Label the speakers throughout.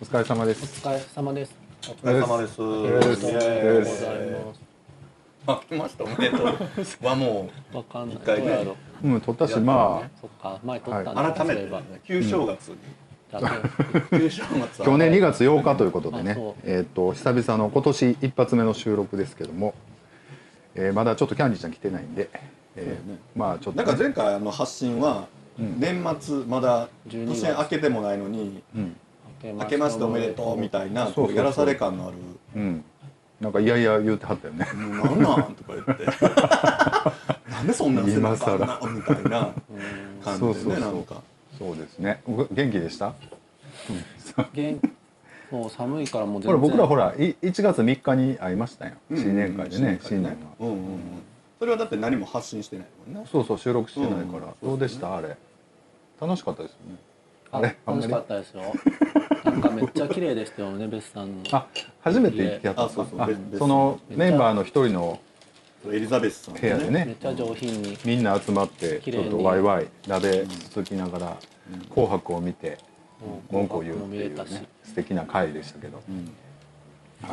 Speaker 1: お疲れ様で
Speaker 2: お
Speaker 1: す。
Speaker 2: 疲れ様です。
Speaker 3: お疲れ様です。
Speaker 2: お
Speaker 1: 疲れ様です
Speaker 2: ありがとうございます。
Speaker 3: ありました。おめでとう。はも
Speaker 2: わかんない。
Speaker 3: う一回
Speaker 2: どうや
Speaker 3: ね
Speaker 2: ろう。
Speaker 1: うん、撮ったし、
Speaker 3: やったの
Speaker 1: ま
Speaker 3: ね
Speaker 2: そっか、前撮ったんだ。
Speaker 3: 改めて
Speaker 2: そうい
Speaker 3: 旧正月に
Speaker 2: えばだね
Speaker 3: 旧正月
Speaker 1: あ、
Speaker 3: は
Speaker 1: 去年2月8日ということで
Speaker 2: あそ
Speaker 1: ね
Speaker 2: う、
Speaker 1: えっ、と、久々の今年一発目の収録ですけども、えーまだちょっとキャンディーちゃん来てないんで、えーまあちょっと
Speaker 3: な
Speaker 1: ね、
Speaker 3: んか前回あの発信は年末まだ
Speaker 2: 12
Speaker 3: 年明けてもないのに
Speaker 1: うん、
Speaker 3: 明けましておめでとうみ
Speaker 2: い
Speaker 3: たいな
Speaker 1: そうそうそう
Speaker 3: やらされ感のある
Speaker 1: うん。なんかいやいや言うてはったよね。
Speaker 3: 「もうなんなん?」とか言って「なんでそんなんせなあかんな」みたいな感
Speaker 1: そう
Speaker 3: じ
Speaker 1: そう
Speaker 3: でね
Speaker 1: そ
Speaker 3: な
Speaker 1: うん
Speaker 3: か
Speaker 1: そうですね。お元気でした
Speaker 2: な。元もう寒いからも
Speaker 1: ほ
Speaker 2: う全
Speaker 1: ら、
Speaker 2: 然。
Speaker 1: 僕らほら、い1月3日に会いましたよ。新年会でね、新年の。
Speaker 3: うんうんうんそれはだって何も発信してないもんね
Speaker 1: そうそう、収録してないから。
Speaker 3: うん
Speaker 1: どうでしたあれ。楽しかったですよね。
Speaker 2: あ
Speaker 1: あれあん
Speaker 2: 楽
Speaker 1: ま
Speaker 2: し
Speaker 1: り
Speaker 2: かったですよ。なんかめっちゃ綺麗でしたよね、ベスさんの。
Speaker 1: あ、初めて行きやったんです
Speaker 3: あそうそう
Speaker 1: かあ
Speaker 3: 別々
Speaker 1: そのメンバーの一人の
Speaker 3: エリザベスさん
Speaker 1: 部屋でね
Speaker 2: めっちゃ上品に。
Speaker 1: みんな集まって
Speaker 2: 綺
Speaker 1: ち
Speaker 2: 麗
Speaker 1: ょ
Speaker 2: に
Speaker 1: っとワイワイ鍋つつきながら「紅白」を見て文句を言うっていう
Speaker 2: 紅白も見れた
Speaker 1: ね
Speaker 2: し
Speaker 1: 素敵な回でしたけど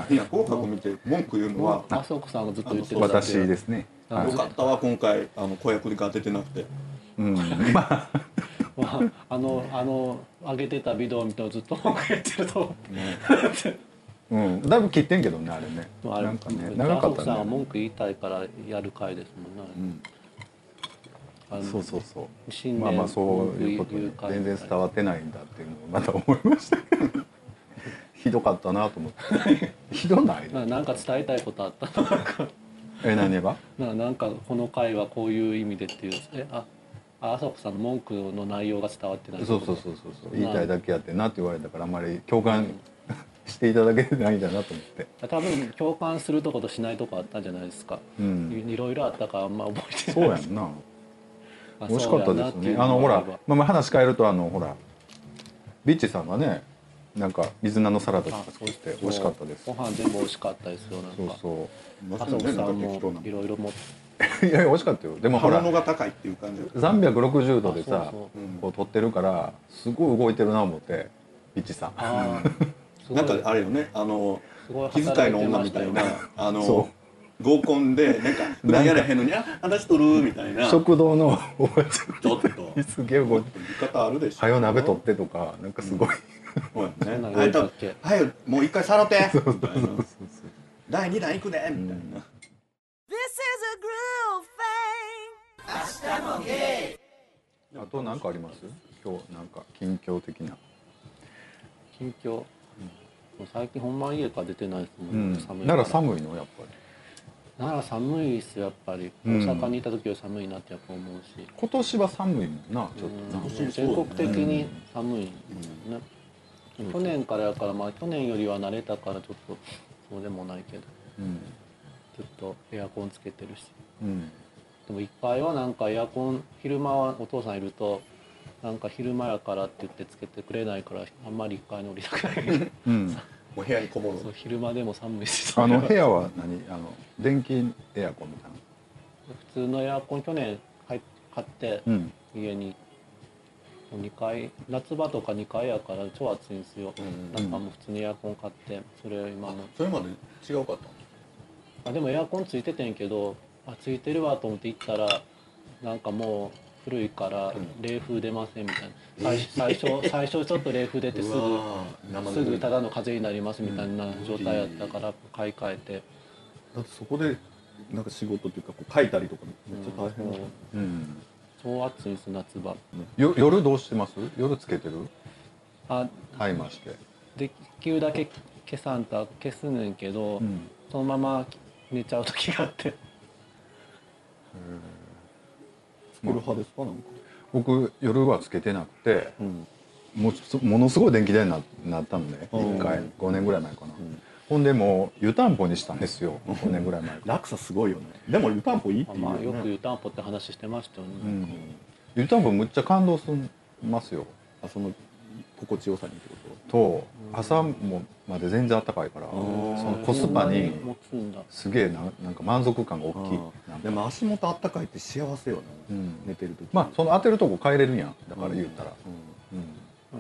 Speaker 3: いや紅白見て文句言うのは
Speaker 2: あそこさんがずっと言ってたけど
Speaker 1: 私ですね
Speaker 2: あ
Speaker 1: は
Speaker 3: よかったわ今回あの子役が出てなくて
Speaker 1: いうんまあ
Speaker 2: まああのあの上げてたビデオみたいなのずっと文句言ってると思って。
Speaker 1: うんだいぶ切ってんけどねあれね
Speaker 2: まああれ
Speaker 1: なんかね
Speaker 2: 別に
Speaker 1: 長かっ
Speaker 2: 麻生さん
Speaker 1: た
Speaker 2: は
Speaker 1: ね
Speaker 2: 文句言いたいからやる回ですもんね。あの
Speaker 1: そうそうそう
Speaker 2: 新年
Speaker 1: まあまあそういうこと
Speaker 2: 文
Speaker 1: で
Speaker 2: 句言う
Speaker 1: 全然伝わってないんだっていうのをまた思いましたけど ひどかったなと思ってひどない
Speaker 2: まあなんか伝えたいことあった のなんか
Speaker 1: え何が
Speaker 2: ななんかこの回はこういう意味でっていうえああ朝子さんの文句の内容が伝わってない
Speaker 1: そうそうそうそうそう言いたいだけやってなって言われたからあんまり共感 していただけてないんだなと思って
Speaker 2: 多分共感するとことしないとこあったんじゃないですか、
Speaker 1: うん
Speaker 2: いいろいろあったからあんま覚えて
Speaker 1: そう
Speaker 2: ない
Speaker 1: やんな
Speaker 2: あ
Speaker 1: 美味しかった
Speaker 2: そう
Speaker 1: で
Speaker 2: やな
Speaker 1: す
Speaker 2: てい
Speaker 1: ね
Speaker 2: う
Speaker 1: あのほ
Speaker 2: が
Speaker 1: ら
Speaker 2: れば、
Speaker 1: まあ、まあ話変えるとあのほらビッチさんがねなんか水菜のサラダとか
Speaker 2: あ
Speaker 1: 作って美味しかったです
Speaker 2: ご
Speaker 1: そう
Speaker 2: 飯全部美味しかったですよなんか
Speaker 1: そ
Speaker 3: ま
Speaker 2: 朝子さん
Speaker 3: 適当
Speaker 2: も
Speaker 3: ない
Speaker 2: ろいろ持って
Speaker 1: う いやいや美味しかったよでもほ
Speaker 3: 刃
Speaker 1: ら
Speaker 3: 物が高いっていう感じ
Speaker 1: 360度で
Speaker 2: あ
Speaker 1: さ
Speaker 2: そう
Speaker 3: そう
Speaker 1: こう撮ってるからすごい動いてるな思ってビッチさん
Speaker 2: ああ
Speaker 3: なんかあれよねあの
Speaker 2: すごい
Speaker 3: 気遣いの女み たいな
Speaker 1: そ
Speaker 3: あの合コンでなんか普段やらへんのに「あ私取る」みたいなちょっ
Speaker 1: 食堂の おばち
Speaker 3: と
Speaker 1: ゃん
Speaker 3: 言い
Speaker 1: すげえ動いて
Speaker 3: 方あるでしょ
Speaker 1: はよ鍋取ってとかなんかすごい、
Speaker 3: そうや
Speaker 2: んなん
Speaker 3: ねは
Speaker 2: 言
Speaker 3: いう
Speaker 2: た
Speaker 3: と
Speaker 2: っけ
Speaker 3: はよもう一回さ らってみたいな第二弾行くねみたいな
Speaker 4: This is a groove thing.
Speaker 1: あと何かあります今日なんか近況的な
Speaker 2: 近況、もう最近ほんま家から出てないですも
Speaker 1: うんん
Speaker 2: ね、寒い
Speaker 1: な
Speaker 2: から
Speaker 1: ら寒いのやっぱり
Speaker 2: 奈良寒いですよやっぱり、
Speaker 1: うん
Speaker 2: 大阪にいた時より寒いなってやっぱ思うし、
Speaker 1: 今年は寒いもんなちょっとな、
Speaker 2: うん全国的に寒いね、去年からやからまあ去年よりは慣れたからちょっとそうでもないけど
Speaker 1: うん
Speaker 2: ずっとエアコンつけてるし
Speaker 1: うん
Speaker 2: でも1階はなんかエアコン昼間はお父さんいるとなんか昼間やからって言ってつけてくれないからあんまり1階に降りたくない
Speaker 1: うん、
Speaker 3: お部屋にこも
Speaker 2: そう
Speaker 3: る
Speaker 2: 昼間でも寒いし
Speaker 1: あの部屋は何あの電気エアコンみたいな
Speaker 2: 普通のエアコン去年入っ買って、
Speaker 1: うん
Speaker 2: 家に2回夏場とか2回やから超暑いんですよ、
Speaker 3: うん
Speaker 2: なんかもう普通にエアコン買ってそれを今の
Speaker 3: それまで違うかった
Speaker 2: あでもエアコンついててんけどあついてるわと思って行ったらなんかもう古いから冷風出ませんみたいな、 最最初最初ちょっと冷風出てす
Speaker 3: う
Speaker 2: ぐ
Speaker 3: わー生ぬる
Speaker 2: す
Speaker 3: い
Speaker 2: ぐただの風邪になりますみたいな状態やったから買い替えて、
Speaker 3: だってそこでなんか仕事っていうかこう書いたりとかめっちゃ大変
Speaker 2: も
Speaker 3: だ
Speaker 2: う
Speaker 3: っ
Speaker 1: うん
Speaker 2: 超暑いんです夏場
Speaker 1: よ夜どうしてます夜つけてる
Speaker 2: あ
Speaker 1: タイマーして
Speaker 2: できるだけ消さんと消すねんけど、そのまま寝ちゃう時が あって
Speaker 3: 作る派ですかなんか
Speaker 1: 僕夜はつけてなくて、もうそものすごい電気代にななったのね1回5年ぐらい前かな、ほんでもう湯たんぽにしたんですよ5年ぐらい前 から
Speaker 3: 落差すごいよねでも湯たんぽいいっていう
Speaker 2: ま
Speaker 3: よ
Speaker 2: あよく
Speaker 3: ね
Speaker 2: 湯たんぽって話してましたよね、
Speaker 1: 湯たんぽむっちゃ感動しますよ
Speaker 3: あその心地よさにってこと
Speaker 1: と朝もまで全然あったかいからそのコスパに
Speaker 2: 持つんだ
Speaker 1: すげえななんか満足感が大きいなん
Speaker 3: で
Speaker 1: か
Speaker 3: も足元あったかいって幸せよね、
Speaker 1: うん
Speaker 3: 寝てる時
Speaker 1: まあその当てるとこ変えれるやんだから言ったら、
Speaker 3: うん
Speaker 1: うん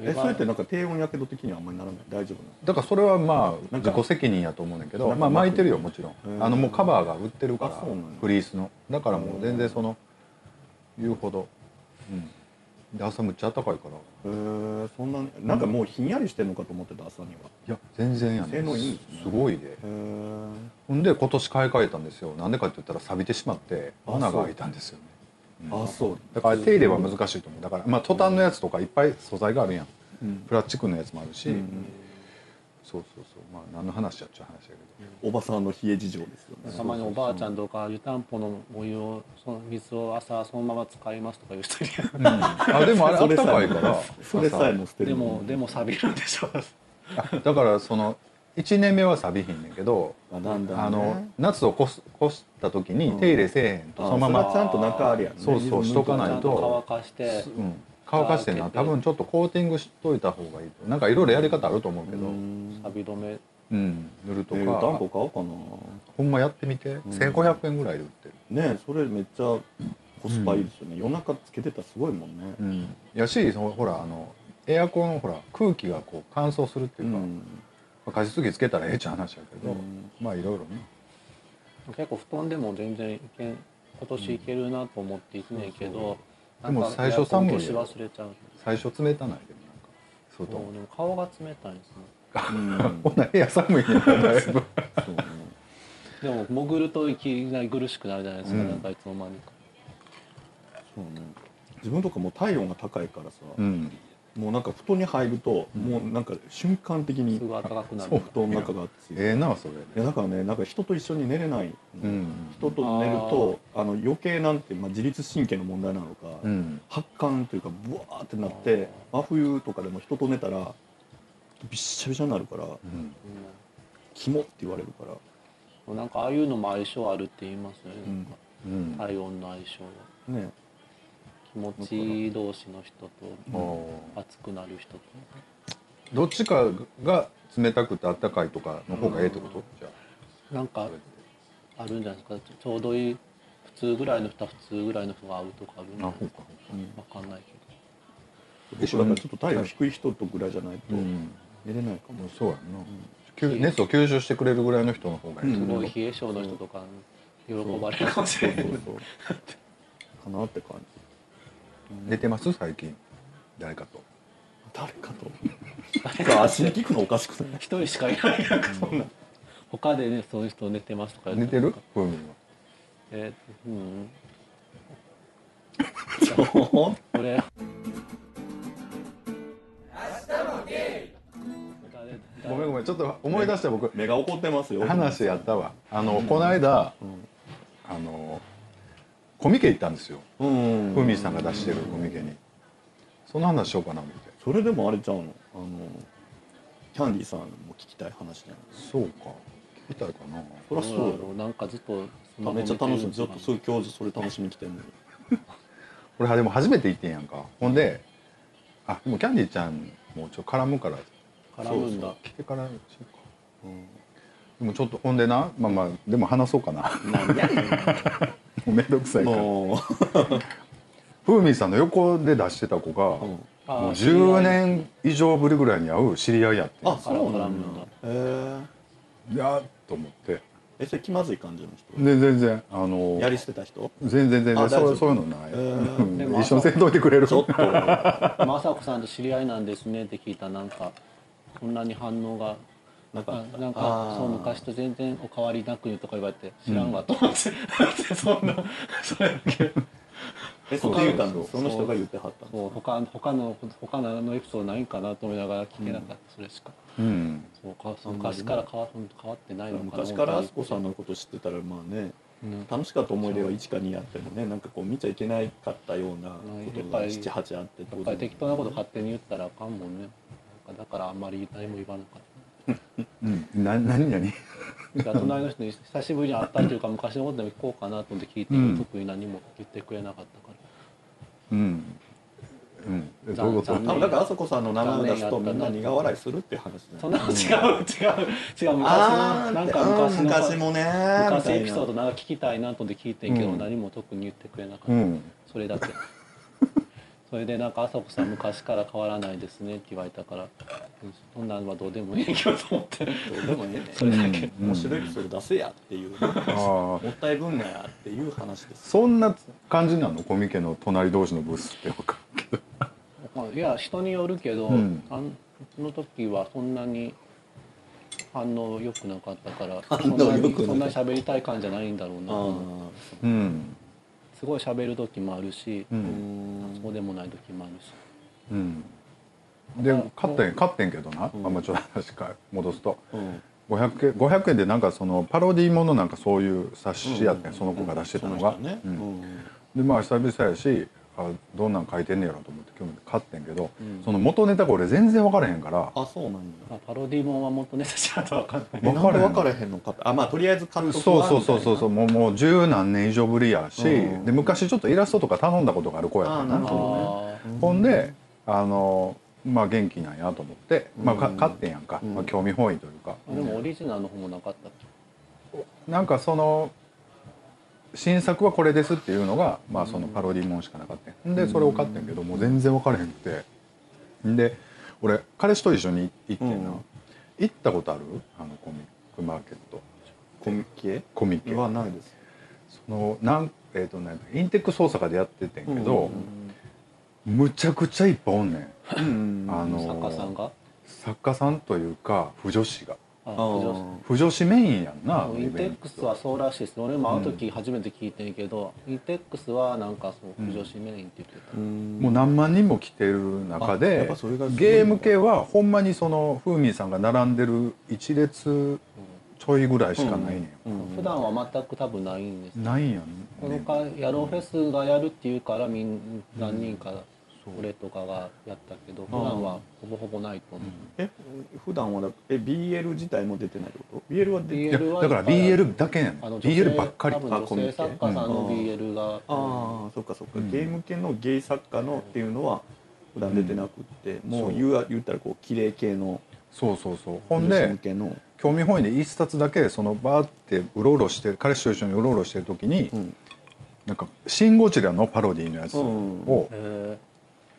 Speaker 2: エ
Speaker 3: えそれってなんか低温やけど的にはあんまりならない大丈夫なの
Speaker 1: だからそれはまあ
Speaker 3: なん
Speaker 1: 自
Speaker 3: か
Speaker 1: 己責任やと思うねんだけど
Speaker 3: なんか
Speaker 1: まあ巻いてるよもちろ
Speaker 3: へ
Speaker 1: ん
Speaker 3: ー
Speaker 1: あのもうカバーが売ってるか
Speaker 3: あそうなんや
Speaker 1: らフリースのだからもう全然その言うほどうんで朝むっちゃ暖かいからい
Speaker 3: へえそんなになんかもうひんやりしてるのかと思ってた朝には
Speaker 1: や全然やね
Speaker 3: 性能いい
Speaker 1: ん
Speaker 3: ね
Speaker 1: すごいで
Speaker 3: へえ
Speaker 1: ほんで今年買い替えたんですよなんでかって言ったら錆びてしまって
Speaker 3: あ
Speaker 1: 穴
Speaker 3: そう
Speaker 1: が開いたんですよね
Speaker 3: あそう
Speaker 1: だから手入れは難しいと思うだからまあトタンのやつとかいっぱい素材があるやん
Speaker 3: うん
Speaker 1: プラスチックのやつもあるし、
Speaker 3: うん
Speaker 1: そうそうそうまあ何の話やっちゃう話やけど、
Speaker 3: おばさんの冷え事情ですよね
Speaker 2: たまにおばあちゃんとか湯たんぽのお湯をその水を朝そのまま使いますとか言う人いるやん
Speaker 1: あでも あれあったかいから
Speaker 3: それさえも捨てる
Speaker 2: で
Speaker 3: の
Speaker 2: もでも錆びるんでしょ
Speaker 1: 朝あだからその1年目は錆びひんねんけど、
Speaker 3: あなんだね
Speaker 1: あの夏を越す越した時に手入れせえへんと、
Speaker 3: あ
Speaker 1: そのま
Speaker 3: れは
Speaker 1: ま
Speaker 3: ちゃんと中ありやね
Speaker 1: そうそうしとか
Speaker 2: ち
Speaker 1: ない
Speaker 2: ゃんと乾かして
Speaker 1: うん、乾かしてんな多分ちょっとコーティングしといた方がいいとなんかいろいろやり方あると思うけど、うん
Speaker 2: 錆び止め
Speaker 1: 塗るとか、
Speaker 3: とか暖買おうかな
Speaker 1: ほんまやってみて、1500円ぐらいで売ってる、
Speaker 3: ねえそれめっちゃコスパいいですよね、夜中つけてたらすごいもんね、
Speaker 1: うん、やしそのほらあのエアコンほら空気がこう乾燥するって
Speaker 3: う
Speaker 1: いうか、
Speaker 3: ん
Speaker 1: まあ加湿器つけたらええっちゃう話やけど、
Speaker 3: うん
Speaker 1: まあいろいろね
Speaker 2: 結構布団でも全然いけん今年いけるなと思っていくねんけど、
Speaker 1: うん
Speaker 2: なんか
Speaker 1: でも最初寒いよ
Speaker 2: エアコン消し忘れちゃう
Speaker 1: 最初冷たないでもなんかそうと
Speaker 2: もうでも顔が冷たいんですね
Speaker 3: う ん
Speaker 1: ほんなら部屋寒いねんだいぶ
Speaker 3: そうね
Speaker 2: でも潜るといきなり苦しくなるじゃないですか、
Speaker 1: うん
Speaker 2: なんかいつの間にか
Speaker 3: そうね自分とかもう体温が高いからさ、
Speaker 1: うん
Speaker 3: もうなんか布団に入ると、もうなんか瞬間的に
Speaker 2: すぐ暖かくな
Speaker 3: お
Speaker 2: る
Speaker 3: 布団の中が熱い
Speaker 1: ええなそれ
Speaker 3: いやだからねなんか人と一緒に寝れない、
Speaker 1: うん
Speaker 3: 人と寝るとあの余計なんて、まあ、自律神経の問題なのか、
Speaker 1: うん
Speaker 3: 発汗というかブワーってなって真冬とかでも人と寝たらびっしゃびしゃになるから
Speaker 1: うん
Speaker 3: 「キモ」って言われるから、
Speaker 2: うんなんかああいうのも相性あるって言いますよね、
Speaker 3: うん
Speaker 1: うん
Speaker 2: 体温の相性は
Speaker 3: ね
Speaker 2: 気持ちいい同士の人
Speaker 1: あ
Speaker 2: と
Speaker 1: ー
Speaker 2: 熱くなる人と
Speaker 1: どっちかが冷たくて暖かいとかの方がええってことじゃ
Speaker 2: なん
Speaker 1: あ
Speaker 2: かあるんじゃないですかちょうどいい普通ぐらいの人は普通ぐらいの人が合うとかあるんじゃ
Speaker 1: あ
Speaker 2: ない
Speaker 1: ほう
Speaker 2: です
Speaker 1: か
Speaker 2: か
Speaker 3: うん
Speaker 2: わかんないけ
Speaker 3: 僕だからちょっと体温低い人とぐらいじゃないと
Speaker 1: うん
Speaker 3: 寝れないかも、
Speaker 1: もうそうやんな、きゅ熱を吸収してくれるぐらいの人の方がいい、
Speaker 2: ど
Speaker 3: うん
Speaker 2: すごい冷え性の人とか喜ばれるかもしれない
Speaker 3: そうそうそうかなって感じ
Speaker 1: 寝てます最近誰かと
Speaker 3: 誰かとなんか足に聞くのおかしく ない
Speaker 2: 一人しかいないなんかそんな他でねそういう人寝てますとか言
Speaker 1: 寝
Speaker 2: って
Speaker 1: るふうみんは
Speaker 2: えーうん
Speaker 3: そう
Speaker 2: 俺明日
Speaker 1: ご
Speaker 2: も
Speaker 1: めんごめんちょっと思い出した僕
Speaker 3: 目が怒ってますよ
Speaker 1: 話やったわあの、この間、あのコミケ行ったんですよ
Speaker 3: うん
Speaker 1: ふみさんが出してるコミケにその話しようかな思って
Speaker 3: それでもあれちゃうのあのキャンディーさんも聞きたい話じゃない
Speaker 1: そうか聞きたいかな
Speaker 3: そりゃそうや
Speaker 2: ろなんかずっとスマ
Speaker 3: ろ
Speaker 2: ホ
Speaker 3: めっちゃ楽しみずっとそ
Speaker 2: 見てる
Speaker 3: う今日それ楽しみに来てんのに
Speaker 1: 俺はでも初めて行ってんやんかほんであでもキャンディーちゃんもちょっと絡むから
Speaker 2: 絡むんだ
Speaker 1: 来てからしようかでもちょっとほんでなまあまあでも話そうかな
Speaker 3: 何やね
Speaker 1: もうめんどくさい
Speaker 3: ん
Speaker 1: から
Speaker 3: も
Speaker 1: ふみさんの横で出してた子が、
Speaker 3: う、う
Speaker 1: も
Speaker 3: ん
Speaker 2: あ
Speaker 1: う
Speaker 2: ー
Speaker 1: 10年以上ぶりぐらいに会う知り合いやってん
Speaker 3: あそうなんだへえ
Speaker 1: いやーっと思って
Speaker 3: えそれ気まずい感じの人
Speaker 1: で全然あの
Speaker 3: やり捨てた人
Speaker 1: 全然全
Speaker 3: あ
Speaker 1: 然
Speaker 3: 大丈
Speaker 1: そ
Speaker 3: 夫
Speaker 1: うそういうのない、
Speaker 3: えー
Speaker 1: うん
Speaker 2: でも
Speaker 1: 一緒にせんといてくれる
Speaker 3: ちょっと
Speaker 2: 雅子さんと知り合いなんですねって聞いたらなんかこんなに反応が
Speaker 3: なんか
Speaker 2: あなん
Speaker 3: あ
Speaker 2: か
Speaker 3: ー
Speaker 2: そう昔と全然お変わりなくとか言われて知らんわと思って、 そんなそれだけ
Speaker 3: えそれ言うたの
Speaker 1: そうそ
Speaker 3: その人が言ってはったの
Speaker 2: そう他他の他のエピソードないんかなと思いながら聞けなかった、それしか
Speaker 1: うん
Speaker 2: そうかそう昔から変わ変わってないのかな
Speaker 3: 昔からあすこさんのこと知ってたらまあね
Speaker 2: うん
Speaker 3: 楽しかった思い出は1か2あってもねなんかこう見ちゃいけないかったようなことが
Speaker 2: うん
Speaker 3: 78あってって
Speaker 2: やっ
Speaker 3: こ
Speaker 2: ぱ
Speaker 3: と
Speaker 2: り適当なこと勝手に言ったらあかんもんねなんかだからあんまり何も言わなかっ
Speaker 1: うんな何何
Speaker 2: ただから隣の人に久しぶりに会ったというか昔のことでも聞こうかなと思って聞いて、
Speaker 1: うん
Speaker 2: 特に何も言ってくれなかったから
Speaker 1: うんうんどういうこと
Speaker 2: 残
Speaker 3: 多分だからあそこさんの名前を出すとみんな苦笑いするって話
Speaker 2: そ
Speaker 3: だ
Speaker 2: ん
Speaker 3: ね
Speaker 2: な違う違う 違う昔の
Speaker 3: あー
Speaker 2: なん
Speaker 3: う
Speaker 2: か
Speaker 3: ん
Speaker 2: 昔の
Speaker 3: 昔もね
Speaker 2: 昔エピ
Speaker 3: みたい
Speaker 2: ソー
Speaker 3: な
Speaker 2: ドなんか聞きたいなと思って聞いてんけど、
Speaker 1: うん
Speaker 2: 何も特に言ってくれなかった、
Speaker 1: うん
Speaker 2: それだけそれでなんか「朝子さん昔から変わらないですね」って言われたからうんそんなんはどうでもいいよと思って
Speaker 3: どうでもいいね
Speaker 2: それだけ
Speaker 1: うん
Speaker 3: 面白いエピソード出せやっていう、
Speaker 1: あー
Speaker 3: もったいぶんなやっていう話です
Speaker 1: そんな感じなのコミケの隣同士のブースってわか
Speaker 2: まあいや人によるけど、
Speaker 1: うん
Speaker 2: あんその時はそんなに反応良くなかったから
Speaker 3: 反応
Speaker 2: そんな
Speaker 3: 良
Speaker 2: に
Speaker 3: くなかった
Speaker 2: そんなに喋りたい感じゃないんだろうな、
Speaker 3: あ
Speaker 1: うん
Speaker 2: すごい喋る時もあるし、
Speaker 1: う
Speaker 3: あうんん
Speaker 2: そうでもない時もあるし
Speaker 1: うんで勝ってん勝ってんけどな、
Speaker 3: うん
Speaker 1: あんまちょっと話か戻すと
Speaker 3: うん
Speaker 1: 500円500円でなんかそのパロディーものなんかそういう冊子やってん、その子が出してたのが、
Speaker 3: そ人ね
Speaker 1: うん
Speaker 3: うん
Speaker 1: でまあ久々やしあどんなん書いてんねやろと思って興味で買ってんけど、
Speaker 2: うん
Speaker 1: その元ネタが俺全然分からへんから
Speaker 3: あそうなんや
Speaker 2: まあパロディもんはもっとねちゃんとわかんない
Speaker 1: わ
Speaker 3: え
Speaker 1: からへん
Speaker 3: なんで分からへんのかってあまあとりあえず監督
Speaker 1: そう
Speaker 3: は
Speaker 1: そうそうそうそう
Speaker 3: み
Speaker 1: もうもう十何年以上ぶりやし、
Speaker 3: うん
Speaker 1: で昔ちょっとイラストとか頼んだことがある子やった
Speaker 3: あー
Speaker 1: な
Speaker 3: なるほどね
Speaker 2: あ
Speaker 3: たいな
Speaker 1: ほんであのまあ元気なんやと思って、まあ、か
Speaker 3: うん
Speaker 1: 買ってんやんか、
Speaker 3: うん
Speaker 1: まあ、興味本位というか、
Speaker 2: ーでもオリジナルの方もなかったっけ
Speaker 1: なんかその新作はこれですっていうのが、まあ、そのパロディもんしかなかったんでそれを買ってんけどもう全然分からへんくてで俺彼氏と一緒に行ってんな、
Speaker 3: うん
Speaker 1: 行ったことあるあのコミックマーケット
Speaker 3: コミケ
Speaker 1: コミケ
Speaker 3: はないです
Speaker 1: そのなんえっ、とねインテックス大阪でやっててんけど、むちゃくちゃいっぱいおんねん
Speaker 3: うん
Speaker 1: あの
Speaker 2: 作家さんが
Speaker 1: 作家さんというか腐女子が
Speaker 2: あ
Speaker 3: あ
Speaker 2: 女子
Speaker 3: ー
Speaker 1: 腐女子メインやんな
Speaker 2: もうインテックスはそうらしいです俺もあの時初めて聞いてんけど、インテックスはなんかそう不女子メインって言ってた、
Speaker 1: もう何万人も来てる中
Speaker 3: あやっ
Speaker 1: で
Speaker 3: ぱそれがすごいのか
Speaker 1: ゲーム系はほんまにそのフーミンさんが並んでる一列ちょいぐらいしかないねん、
Speaker 3: うん
Speaker 2: 普段は全く多分ないんですよ
Speaker 1: ないんや
Speaker 2: こ
Speaker 1: んね
Speaker 2: の
Speaker 1: ん
Speaker 2: 回野郎フェスがやるっていうからみん何人か
Speaker 1: そう
Speaker 2: 俺とかがやったけど普段はほぼほぼないと思う、
Speaker 3: え普段はだえ BL 自体も出てないってこと BL は出
Speaker 1: い
Speaker 3: て
Speaker 1: や
Speaker 2: BL は
Speaker 1: だから BL だけやねん
Speaker 2: あの女性
Speaker 1: BL ばっかり
Speaker 2: 多分女性作家さんの
Speaker 3: あコミケ
Speaker 2: BL が、
Speaker 3: ああそっかそっか、
Speaker 1: うん
Speaker 3: ゲーム系のゲイ作家のっていうのは普段出てなくって、も
Speaker 1: そう
Speaker 3: う言う言ったらこう綺麗系の
Speaker 1: そうそうそうほん
Speaker 3: 女子
Speaker 1: で
Speaker 3: 向けの、
Speaker 1: 興味本位で一冊だけそのバーってうろうろして彼氏と一緒にうろうろしてる時に、
Speaker 3: うん
Speaker 1: なんか「シン・ゴジラ」のパロディのやつを、
Speaker 3: うん
Speaker 2: へ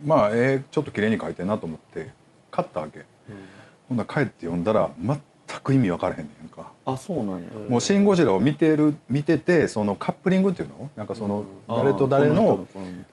Speaker 1: まあえーちょっと綺麗に書いてんなと思って買ったわけほんなら帰って読んだら全く意味分からへんねんか
Speaker 3: あそうなんや、
Speaker 2: うん
Speaker 1: もう「シン・ゴジラ」を見てる見ててそのカップリングっていうのなんかその
Speaker 3: あー
Speaker 1: 誰と誰
Speaker 3: こ
Speaker 1: の
Speaker 3: 人の子みたいな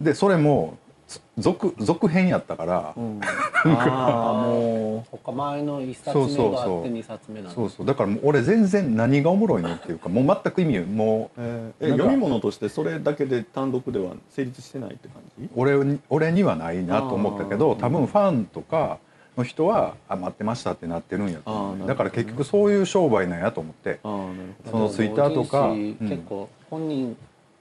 Speaker 1: でそれもつ続続編やったから、
Speaker 3: うん、ああも
Speaker 2: そっか前の1冊
Speaker 1: そうそ
Speaker 2: 目
Speaker 1: う
Speaker 2: が
Speaker 1: そ
Speaker 2: あ
Speaker 1: う
Speaker 2: って2冊目なんだ
Speaker 1: そうそうだからもう俺全然何がおもろいねんっていうかもう全く意味も
Speaker 3: う、
Speaker 1: う
Speaker 3: えーえ
Speaker 1: なんか
Speaker 3: 読み物としてそれだけで単独では成立してないって感じ
Speaker 1: 俺に俺にはないなと思ったけど
Speaker 3: あー
Speaker 1: 多分ファンとかの人は「あ待ってました」ってなってるんやと思う
Speaker 3: あーなるほどね
Speaker 1: だから結局そういう商売なんやと思って
Speaker 3: ああなるほど
Speaker 1: その Twitter とか
Speaker 2: 同
Speaker 1: うん
Speaker 2: 人誌結構本人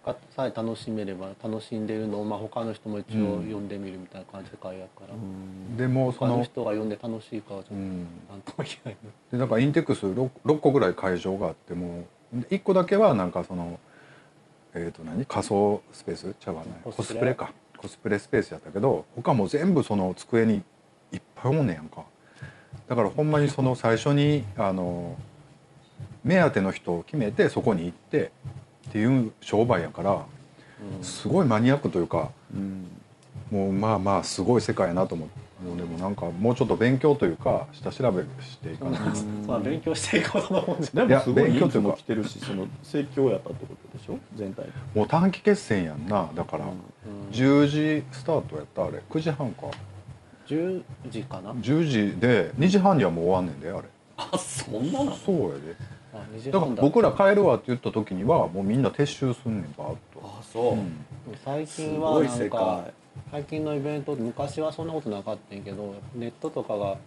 Speaker 2: がさえ楽しめれば楽しんでるのを、まあ、他の人も一応
Speaker 1: うん
Speaker 2: 読んでみるみたいな感じで会やから、
Speaker 3: うん
Speaker 1: でもうそ
Speaker 2: 他の
Speaker 1: の
Speaker 2: 人が読んで楽しいかはち
Speaker 1: う
Speaker 2: ょっ
Speaker 1: ん
Speaker 2: となんとも言えない
Speaker 1: でなんかインテックス 6, 六個ぐらい会場があってもう1個だけはなんかそのえっ、と何仮想スペースちゃうわねコ
Speaker 2: コ
Speaker 1: ス
Speaker 2: スプレ
Speaker 1: プレかコスプレスペースやったけど他も全部その机にいっぱいおんねやんかだからほんまにその最初にあの目当ての人を決めてそこに行ってっていう商売やからすごいマニアックというか
Speaker 3: うん
Speaker 1: もうまあまあすごい世界やなと思って。もうでもなんかもうちょっと勉強というか下調べしていかないと
Speaker 2: まあ勉強していこうと思うんです
Speaker 3: で
Speaker 1: いや
Speaker 3: もすごい
Speaker 1: 勉強
Speaker 3: 人
Speaker 1: と
Speaker 3: 数
Speaker 1: いうか
Speaker 3: も来てるしその盛況やったってことでしょ全体
Speaker 1: もう短期決戦やんなだから、10時スタートやったあれ9時半か
Speaker 2: 10時かなあ
Speaker 1: 10時で2時半にはもう終わんねんであれ
Speaker 3: あそんなの
Speaker 1: そうやで
Speaker 2: 2時
Speaker 1: だから
Speaker 2: 半だ
Speaker 1: 僕ら帰るわって言った時にはもうみんな撤収すんねんバーッと
Speaker 3: あそう、
Speaker 1: うん
Speaker 2: 最近
Speaker 3: す
Speaker 2: は
Speaker 3: ごい
Speaker 2: なん
Speaker 3: 世
Speaker 2: か
Speaker 3: 界
Speaker 2: 最近のイベント昔はそんなことなかったんやけどネットとかが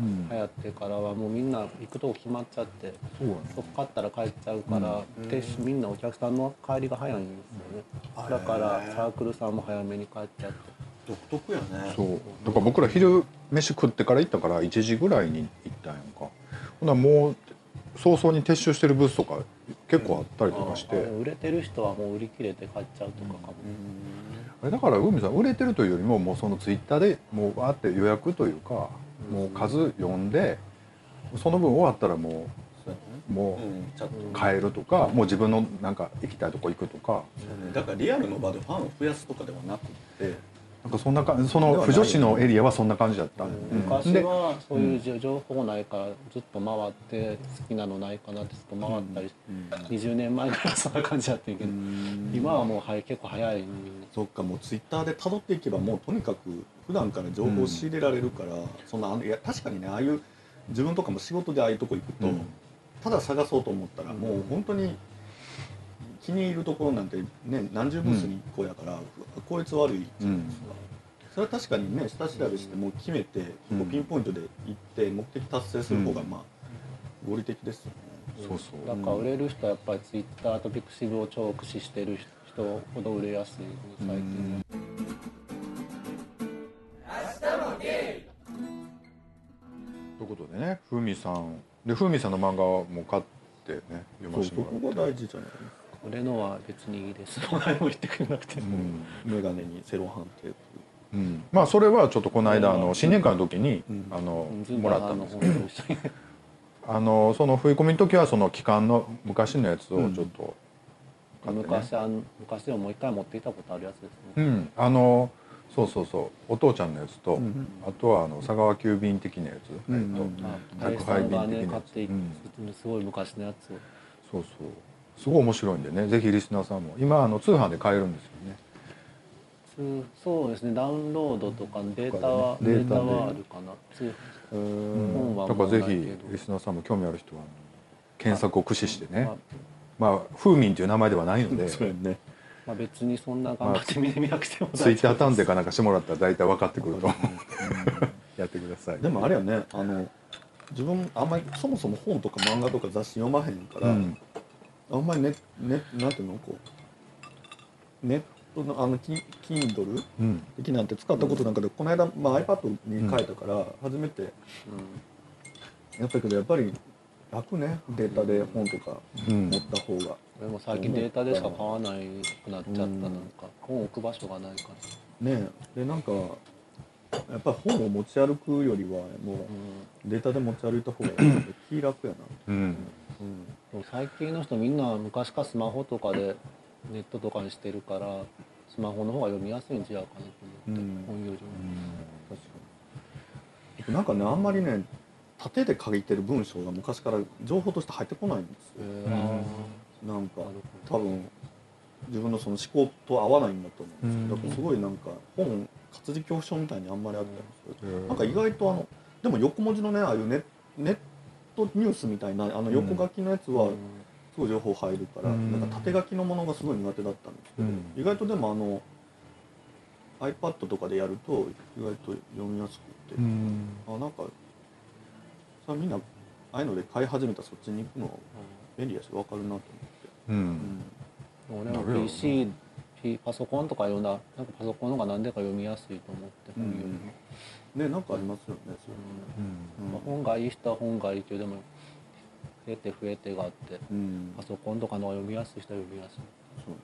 Speaker 1: うん
Speaker 2: 流行ってからはもうみんな行くとこ決まっちゃって
Speaker 1: そうや
Speaker 2: そっかったら帰っちゃうから、
Speaker 3: うん
Speaker 2: でみんなお客さんの帰りが早いんですよね、だからサークルさんも早めに帰っちゃって
Speaker 3: 独特やね
Speaker 1: ねそうだから僕ら昼飯食ってから行ったから1時ぐらいに行ったんやんかほなもう早々に撤収してるブースとか結構あったりとかして、
Speaker 2: あの売れてる人はもう売り切れて買っちゃうとかかも、
Speaker 1: あれだから海さん売れてるというよりももうそのツイッターでもうわーって予約というかもう数読んでその分終わったらも
Speaker 3: そう
Speaker 1: う
Speaker 3: や
Speaker 1: も
Speaker 3: ねうんちゃんと
Speaker 1: う変えるとかもう自分のなんか行きたいとこ行くとか
Speaker 3: そうねだからリアルの場でファンを増やすとかではなくって
Speaker 1: なんかそんなかそ
Speaker 3: では
Speaker 1: の
Speaker 3: ない
Speaker 1: 不女子のエリアはそんな感じだった、うん
Speaker 2: 昔
Speaker 1: で
Speaker 2: はそういうじょ情報ないからずっと回って好きなのないかなってずっと回ったり、20年前から そんな感じだったんやけど、今はもうはい結構早いみんな
Speaker 3: そっかもうツイッターで辿っていけばもうとにかく普段から情報を仕入れられるから、そんなあのいや確かにねああいう自分とかも仕事でああいうとこ行くと、
Speaker 1: うん
Speaker 3: ただ探そうと思ったらもう本当に気に入るところなんてね何十ブースに1個やから、効率悪いじゃないですか、それは確かにね下調べしてもう決めて、
Speaker 1: うん
Speaker 3: こうピンポイントで行って目的達成する方が
Speaker 1: うん
Speaker 3: まあ合理的ですよね、
Speaker 1: そうそう
Speaker 2: だから売れる人はやっぱりツイッターとピクシブを超駆使してる人ほど売れやすい最近は
Speaker 1: ということでねふみさんでふみさんの漫画も買ってね読
Speaker 3: そ
Speaker 1: ま
Speaker 3: う
Speaker 1: せ
Speaker 3: そ
Speaker 1: ても
Speaker 3: こ
Speaker 1: ら
Speaker 3: が
Speaker 1: って
Speaker 3: 大事じゃないですか
Speaker 2: 売れのは別にいいです何も言ってくれなくて、
Speaker 1: うん
Speaker 3: 眼鏡にセロハンテープ
Speaker 1: うんまあそれはちょっとこの間あの新年会の時に
Speaker 3: ん
Speaker 1: あの
Speaker 2: ず
Speaker 1: もらったん
Speaker 2: の
Speaker 1: です
Speaker 2: 本
Speaker 1: けど
Speaker 2: と一緒に
Speaker 1: あのその振り込みの時はその期間の昔のやつをちょっと買ってね
Speaker 2: 昔あの昔でももう一回持っていたことあるやつです
Speaker 1: う
Speaker 2: ね、
Speaker 1: んあのそうそうそうお父ちゃんのやつと、
Speaker 3: ん
Speaker 1: あとはあの佐川急便的なやつ、
Speaker 3: うん
Speaker 1: えっと
Speaker 3: うん
Speaker 2: あ
Speaker 1: 宅
Speaker 2: 林さんがね
Speaker 1: 配便的な
Speaker 2: 買
Speaker 1: や
Speaker 2: っ
Speaker 1: つ
Speaker 2: ていく、すごい昔のやつを
Speaker 1: そうそうすごい面白いんでねぜひリスナーさんも今あの通販で買えるんですよね
Speaker 2: 通そうですねダウンロードとかデータは、
Speaker 1: とかね
Speaker 2: デ
Speaker 1: デー
Speaker 2: ー
Speaker 1: タで
Speaker 2: タはあるかな通本は
Speaker 1: だからぜ
Speaker 2: もうないけ
Speaker 1: ひ
Speaker 2: ど
Speaker 1: リスナーさんも興味ある人はあの検索を駆使してね
Speaker 2: まあ
Speaker 1: まあ風民という名前ではないので
Speaker 3: そうやね
Speaker 2: まあ、別にそんな頑張って見てみなくても
Speaker 1: ツイ
Speaker 2: 大
Speaker 1: ッ
Speaker 2: 丈
Speaker 1: ター
Speaker 2: 夫
Speaker 1: 探偵かなんかしてもらったら大体分かってくると思うやってください
Speaker 3: でもあれやねあの自分あんまりそもそも本とか漫画とか雑誌読まへんから、
Speaker 1: うん
Speaker 3: あんまりねねなんていうのこうネットのあのキ Kindle
Speaker 1: うん
Speaker 3: 的なんて使ったことなんかで、この間、まあ、iPad に書いたから初めてやったけどやっぱり楽ねデータで本とか
Speaker 1: うん
Speaker 3: 持った方が、
Speaker 2: 俺も最近データでしか買わないくなっちゃった、
Speaker 3: うん
Speaker 2: なんか本置く場所がないから、
Speaker 3: ねでなんかやっぱり本を持ち歩くよりは
Speaker 2: う
Speaker 3: もうデータで持ち歩いた 方がなんか気楽やな、
Speaker 1: うん
Speaker 3: うん
Speaker 2: ん、でも最近の人みんな昔からスマホとかでネットとかにしてるからスマホの方が読みやすいん違うかなと思って、
Speaker 3: うん
Speaker 2: 本より
Speaker 3: 確かになんかねあんまりね縦で書いてる文章が昔から情報として入ってこないんですよ
Speaker 2: も、
Speaker 1: うん
Speaker 2: えー
Speaker 3: なんか
Speaker 2: なるほ
Speaker 3: 多分自分のその思考と合わないんだと思うんですけど、
Speaker 1: うん
Speaker 3: すごいなんか本活字恐怖症みたいにあんまりあったりする、
Speaker 1: うん
Speaker 3: なんか意外とあのでも横文字のねああいうネネットニュースみたいなあの横書きのやつ
Speaker 2: ど
Speaker 3: はすごい情報入るから、
Speaker 1: うん
Speaker 3: なんか縦書きのものがすごい苦手だったんですけど、
Speaker 1: うん
Speaker 3: 意外とでもあの iPad とかでやると意外と読みやすくて、
Speaker 1: うん
Speaker 3: あなんかさみんなああいうので買い始めたらそっちに行くの便利やし分かるなと思って、
Speaker 1: う
Speaker 3: うんん、
Speaker 2: 俺
Speaker 1: な
Speaker 2: も
Speaker 1: るよ
Speaker 2: PC、P- パソコンとかいろんななんかパソコンの方が何でか読みやすいと思って
Speaker 3: う
Speaker 2: 本よりも、
Speaker 3: んねなんかありますよねそういう
Speaker 1: うん
Speaker 2: まあ
Speaker 3: のね
Speaker 2: 本がいい人は本がいいけどでも増えて増えてがあって
Speaker 3: うん、うん
Speaker 2: パソコンとかの方が読みやすい人は読みやすい
Speaker 3: そうね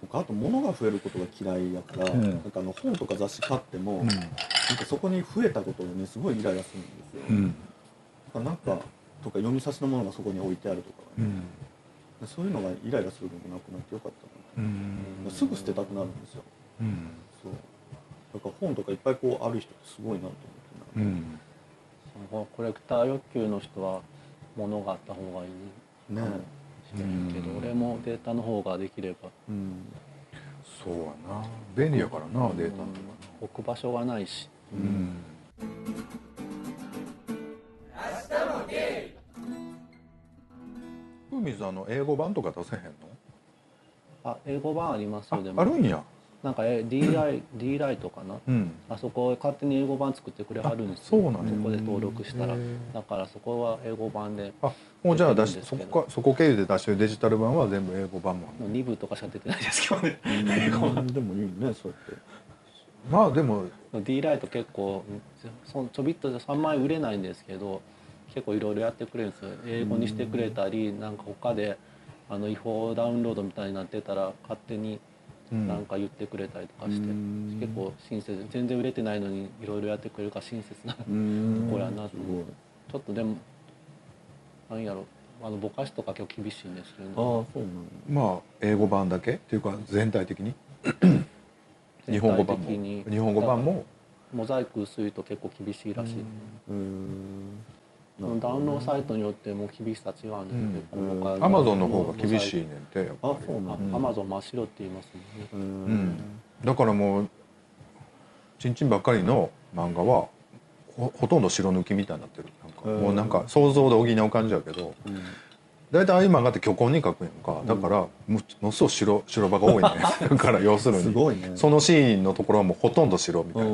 Speaker 3: 僕あと物が増えることが嫌いやから、
Speaker 1: うん
Speaker 3: なんかあの本とか雑誌買っても、
Speaker 1: うん
Speaker 3: なんかそこに増えたことがねすごいイライラするんですよ、
Speaker 1: うん
Speaker 3: なんかとか読み差しのものがそこに置いてあるとかが
Speaker 1: う
Speaker 3: ね、
Speaker 1: ん
Speaker 3: そういうのがイライラするのもなくなってよかったな
Speaker 1: うん
Speaker 3: すぐ捨てたくなるんですよ
Speaker 1: うん
Speaker 3: そうだから本とかいっぱいこうある人ってすごいなと思って
Speaker 1: う
Speaker 3: な、
Speaker 1: ん
Speaker 2: コレクター欲求の人は物があった方がいい
Speaker 3: ね
Speaker 2: かもしれんけど、
Speaker 1: うん
Speaker 2: 俺もデータの方ができれば、
Speaker 3: え、うん
Speaker 1: そうやな便利やからなデータとか
Speaker 2: うん置く場所がないし
Speaker 1: うんふみさんあの英語版とか出せへんの
Speaker 2: あ英語版ありますよで
Speaker 1: あある
Speaker 2: も
Speaker 1: んや
Speaker 2: なんかえ DI, D ライトかな
Speaker 1: うん
Speaker 2: あそこ勝手に英語版作ってくれはるんです
Speaker 1: あそうなんや
Speaker 2: そこで登録したら
Speaker 1: へー
Speaker 2: だからそこは英語版で
Speaker 1: あもうじゃあ出し
Speaker 2: 出て
Speaker 1: そ
Speaker 2: るんですけど
Speaker 1: こかそこ経由で出してるデジタル版は全部英語版もある
Speaker 2: 2部とかしか出てないですけどね
Speaker 3: うん、でもいいねそうやって
Speaker 1: まあでも
Speaker 2: D ライト結構そちょびっとで3枚売れないんですけど結構いろいろやってくれるんですよ英語にしてくれたりなんか他であの違法ダウンロードみたいになってたら勝手に
Speaker 1: うん
Speaker 2: なんか言ってくれたりとかして、
Speaker 3: うん
Speaker 2: 結構親切全然売れてないのにいろいろやってくれるから親切な、
Speaker 3: うん
Speaker 2: これはな
Speaker 3: すごい
Speaker 2: ちょっとでもなんやろあのぼかしとか結構厳しいんですけ
Speaker 3: ああ
Speaker 2: ど、
Speaker 3: そうなの
Speaker 1: まあ英語版だけっていうか全体的に日本語版
Speaker 2: 全体的に
Speaker 1: も日本語版も
Speaker 2: モザイク薄いと結構厳しいらしい、
Speaker 3: うーん
Speaker 2: そのダウンロードサイトによっても厳しさ違うんですよね、
Speaker 3: うん
Speaker 2: 他
Speaker 1: アマゾンの方が厳しいねんてやっぱ
Speaker 3: あそう
Speaker 1: り
Speaker 3: なんだ
Speaker 2: アマゾン真っ白って言いますもんね
Speaker 3: うーん
Speaker 1: うんだからもうちんちんばっかりの漫画はほほとんど白抜きみたいになってるなんか
Speaker 3: うん
Speaker 1: もうなんか想像で補う感じやけど
Speaker 3: うん
Speaker 1: 大体ああいう漫画って虚構に描くやんかだからものすごい白白場が多いねだから要する
Speaker 3: す
Speaker 1: に
Speaker 3: ごいね
Speaker 1: そのシーンのところはもうほとんど白みたいな。
Speaker 2: ア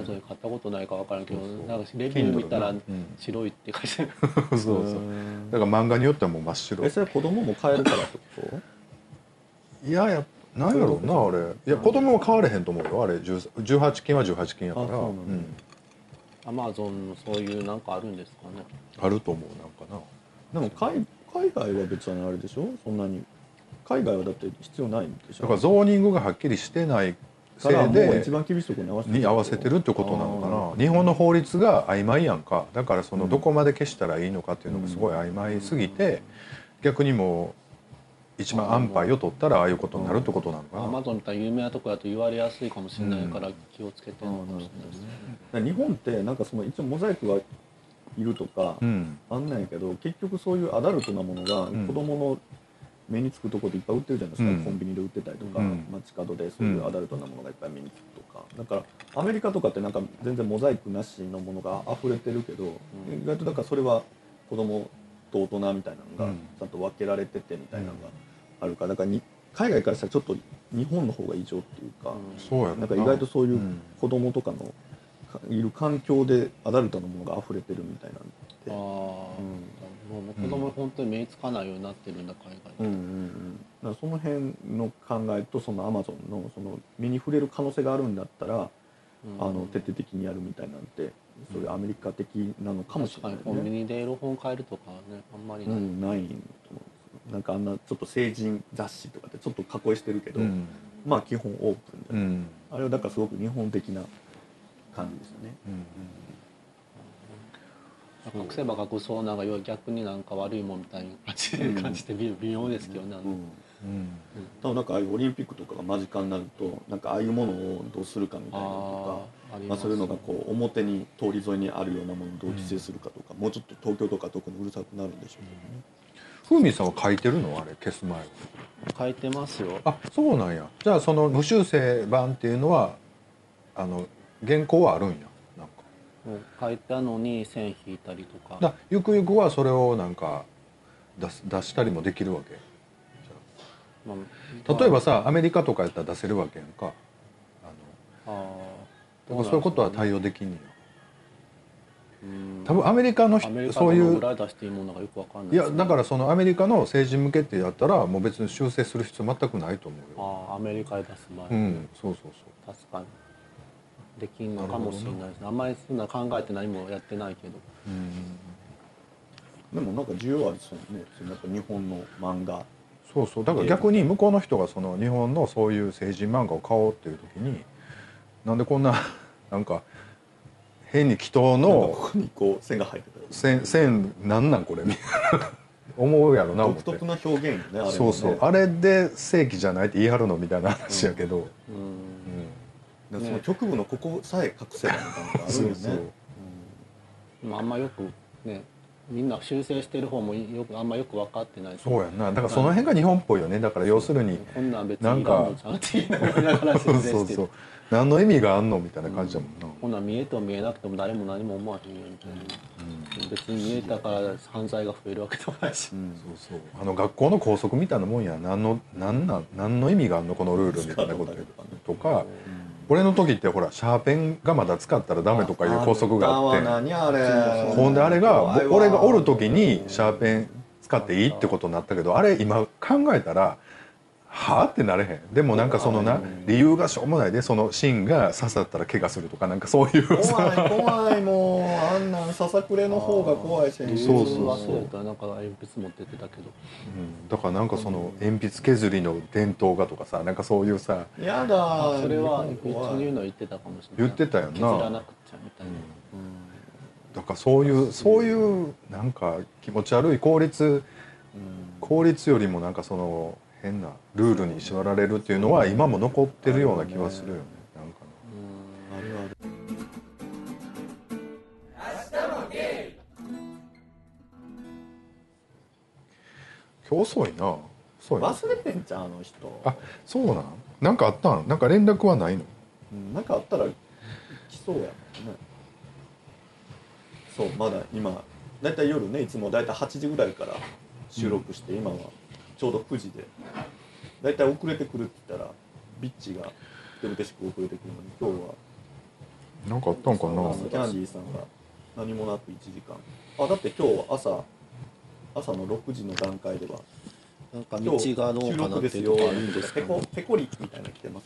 Speaker 2: マゾンで買ったことないか分からんけど
Speaker 1: そうそう
Speaker 2: なんかレビュー見たら
Speaker 1: Kindle のね
Speaker 2: 白いって書い てある
Speaker 1: そうそうだから漫画によってはもう真っ白
Speaker 3: えそれ子供も買えるからってこと
Speaker 1: いやいやなんやろうなあれいや子供は変われへんと思うよあれ10 18金は18金やから
Speaker 3: あそうなんだ
Speaker 1: うん
Speaker 2: アマゾンのそういうなんかあるんですかね
Speaker 1: あると思うなんかな
Speaker 3: でも海海外は別にあれでしょそんなに海外はだって必要ないんでしょ
Speaker 1: だからゾーニングがはっきりしてないせ
Speaker 3: から
Speaker 1: い
Speaker 3: もう
Speaker 1: で
Speaker 3: 一番厳しいところに合わせて
Speaker 1: に合わせてるってことなのかな日本の法律が曖昧やんかだからそのどこまで消したらいいのかっていうのがすごい曖昧すぎて逆にもう一番安牌を取ったらああいうことになるってことなのか
Speaker 2: ア
Speaker 1: な
Speaker 2: マゾンみたいな有名なとこやと言われやすいかもしれないから気をつけてるのかもしれないですね、
Speaker 3: な日本ってなんかその一応モザイクがいるとか
Speaker 1: うん
Speaker 3: あんなんやけど結局そういうアダルトなものが
Speaker 1: ん
Speaker 3: 子供の目につくとこでいっぱい売ってるじゃないですか、
Speaker 1: うん
Speaker 3: コンビニで売ってたりとか、
Speaker 1: うん
Speaker 3: 街角でそういうアダルトなものがいっぱい目につくとかだからアメリカとかってなんか全然モザイクなしのものが溢れてるけど、意外とだからそれは子供と大人みたいな
Speaker 1: う
Speaker 3: のが
Speaker 1: ん
Speaker 3: ちゃんと分けられててみたいなのがあるからだからに海外からしたらちょっと日本の方が異常っていうか。
Speaker 1: そうやろ
Speaker 3: なんか意外とそういう
Speaker 1: うん
Speaker 3: 子供とかのかいる環境でアダルトのものが溢れてるみたいなん
Speaker 2: ああ
Speaker 3: で、
Speaker 2: もう子供本当に目につかないようになってるんだ海
Speaker 3: うん
Speaker 2: 外、
Speaker 3: うんうん、だからその辺の考えとそのアマゾンのその目に触れる可能性があるんだったら、
Speaker 2: うん
Speaker 3: あの徹底的にやるみたいなんてそういうアメリカ的なのかもし
Speaker 2: 確
Speaker 3: れ
Speaker 2: か
Speaker 3: な
Speaker 2: にコンビ
Speaker 3: いね。
Speaker 2: ニでエロ本買えるとかはねあんまり
Speaker 3: う
Speaker 2: ない、
Speaker 3: ん、ないと思うんですよなんかあんなちょっと成人雑誌とかってちょっと加工してるけど、
Speaker 1: うん
Speaker 3: まあ基本オープンで、
Speaker 1: うん
Speaker 3: あれはだからすごく日本的な感じですよね。
Speaker 1: うん
Speaker 2: 隠せば隠そうなんか要は逆になんか悪いもんみたいに感じで感じて微微妙ですけどね、
Speaker 3: うん
Speaker 1: うん
Speaker 3: 多分なんかああいうオリンピックとかが間近になるとなんかああいうものをどうするかみたいなのとか
Speaker 2: あーあり
Speaker 3: ま
Speaker 2: ま
Speaker 3: あ、
Speaker 2: す
Speaker 3: そういうのがこう表に通り沿いにあるようなものをどう規制するかとか、もうちょっと東京とか特にうるさくなるんでしょう
Speaker 1: ふみさんは書いてるのあれ消す前は
Speaker 2: 書いてますよ
Speaker 1: あそうなんやじゃあその無修正版っていうのはあの原稿はあるんやなんか
Speaker 2: もう書いたのに線引いたりとか
Speaker 1: だゆくゆくはそれをなんか出す出したりもできるわけ
Speaker 2: まあ
Speaker 1: 例えばさアメリカとかやったら出せるわけやんかあ
Speaker 2: あー
Speaker 1: のだからそういうことは対応できんね
Speaker 2: うん
Speaker 1: や多分アメリカの
Speaker 2: アメリ
Speaker 1: 人
Speaker 2: カ
Speaker 1: そう
Speaker 2: の
Speaker 1: い
Speaker 2: どの
Speaker 1: う
Speaker 2: ぐらい出していいものかよくわかんない
Speaker 1: い
Speaker 2: です
Speaker 1: や
Speaker 2: ね
Speaker 1: だからそのアメリカの政治向けってやったらもう別に修正する必要全くないと思うよ
Speaker 2: ああアメリカで出す前、
Speaker 1: うんそうそうそ
Speaker 2: 確かにできんのかもしれないですねあんまりそんな考えて何もやってないけど
Speaker 1: ううん
Speaker 3: ね。でもなんか需要ありそうねそのやっぱ日本の漫画
Speaker 1: そうそうだから逆に向こうの人がその日本のそういう成人漫画を買おうっていう時になんでこんな なんか変に祈祷
Speaker 3: なん
Speaker 1: の
Speaker 3: かここにこう線が入ってたり
Speaker 1: 線線なんなんこれみたいな思うやろな思っ
Speaker 3: 独
Speaker 1: て
Speaker 3: 特な表現よねあれもね
Speaker 1: そうそうあれで正規じゃないって言い張るのみたいな話やけど、
Speaker 2: うん、
Speaker 3: なんかその局部のここさえ隠せばみたいなのがある
Speaker 1: そ
Speaker 3: よ
Speaker 1: う
Speaker 3: ね
Speaker 1: そう
Speaker 2: まあ、あんまよくねみんな修正してる方もよくあんまよく分かってない
Speaker 1: そうやんなだからその辺が日本っぽいよねだから要するに
Speaker 2: こんなん別に
Speaker 1: なんか
Speaker 2: いらんのちゃうって言いなが
Speaker 1: そう
Speaker 2: ら修正してる
Speaker 1: そうそう何の意味があんのみたいな感じだもんな、
Speaker 2: こんなん見えても見えなくても誰も何も思わへんよみたいな、別に見えたから犯罪が増えるわけでもないし、
Speaker 1: そうそうあの学校の校則みたいなもんや何の何なん何の意味があんのこのルールみたいなこととか俺の時ってほらシャーペンがまだ使ったらダメとかいう校則があ
Speaker 3: ったわ
Speaker 1: っ
Speaker 3: 何あれ
Speaker 1: てほんであれが
Speaker 3: 怖いわ
Speaker 1: 俺がおる時にシャーペン使っていいってことになったけどあれ今考えたらはあってなれへんでもなんかそのな理由がしょうもないでその芯が刺さったら怪我するとかなんかそういうさ
Speaker 3: 怖い怖いもうあんなんささくれの方が怖いし
Speaker 2: 理由
Speaker 1: そうそうそう
Speaker 2: 忘れたらなんか鉛筆持ってってたけど
Speaker 1: うんだからなんかその鉛筆削りの伝統がとかさなんかそういうさ
Speaker 3: やだ
Speaker 2: それは一
Speaker 3: 怖
Speaker 2: 流
Speaker 3: い
Speaker 2: の言ってたかもしれ
Speaker 1: 言
Speaker 2: な
Speaker 1: っ
Speaker 2: い
Speaker 1: てたよな
Speaker 2: 削らなくちゃみたいな、
Speaker 1: だからそういうそういうなんか気持ち悪い効率効率よりもなんかその変なルールに縛られるっていうのは今も残ってるような気はするよねなんかね
Speaker 3: あるある
Speaker 1: 今日遅いな遅いな
Speaker 3: 忘れてんじゃんあの人
Speaker 1: あそうなんなんかあったんなんか連絡はないの
Speaker 3: うんなんかあったら来そうやもんねそうまだ今だいたい夜ねいつもだいたい8時ぐらいから収録して、今はちょうど9時でだいたい遅れてくるって言ったらビッチが手ぶてしく遅れてくるのに今日は
Speaker 1: なんかあったんかな
Speaker 3: キャンディーさんが何もなく1時間あだって今日は朝朝の6時の段階では
Speaker 2: なんか
Speaker 3: 今
Speaker 2: 道
Speaker 3: 日
Speaker 2: がどう
Speaker 3: 収
Speaker 2: かな
Speaker 3: 録
Speaker 2: って
Speaker 3: です
Speaker 2: いう
Speaker 3: よ
Speaker 2: とこあるんですか
Speaker 3: ペ
Speaker 2: ね
Speaker 3: コペコリみたいなの来てます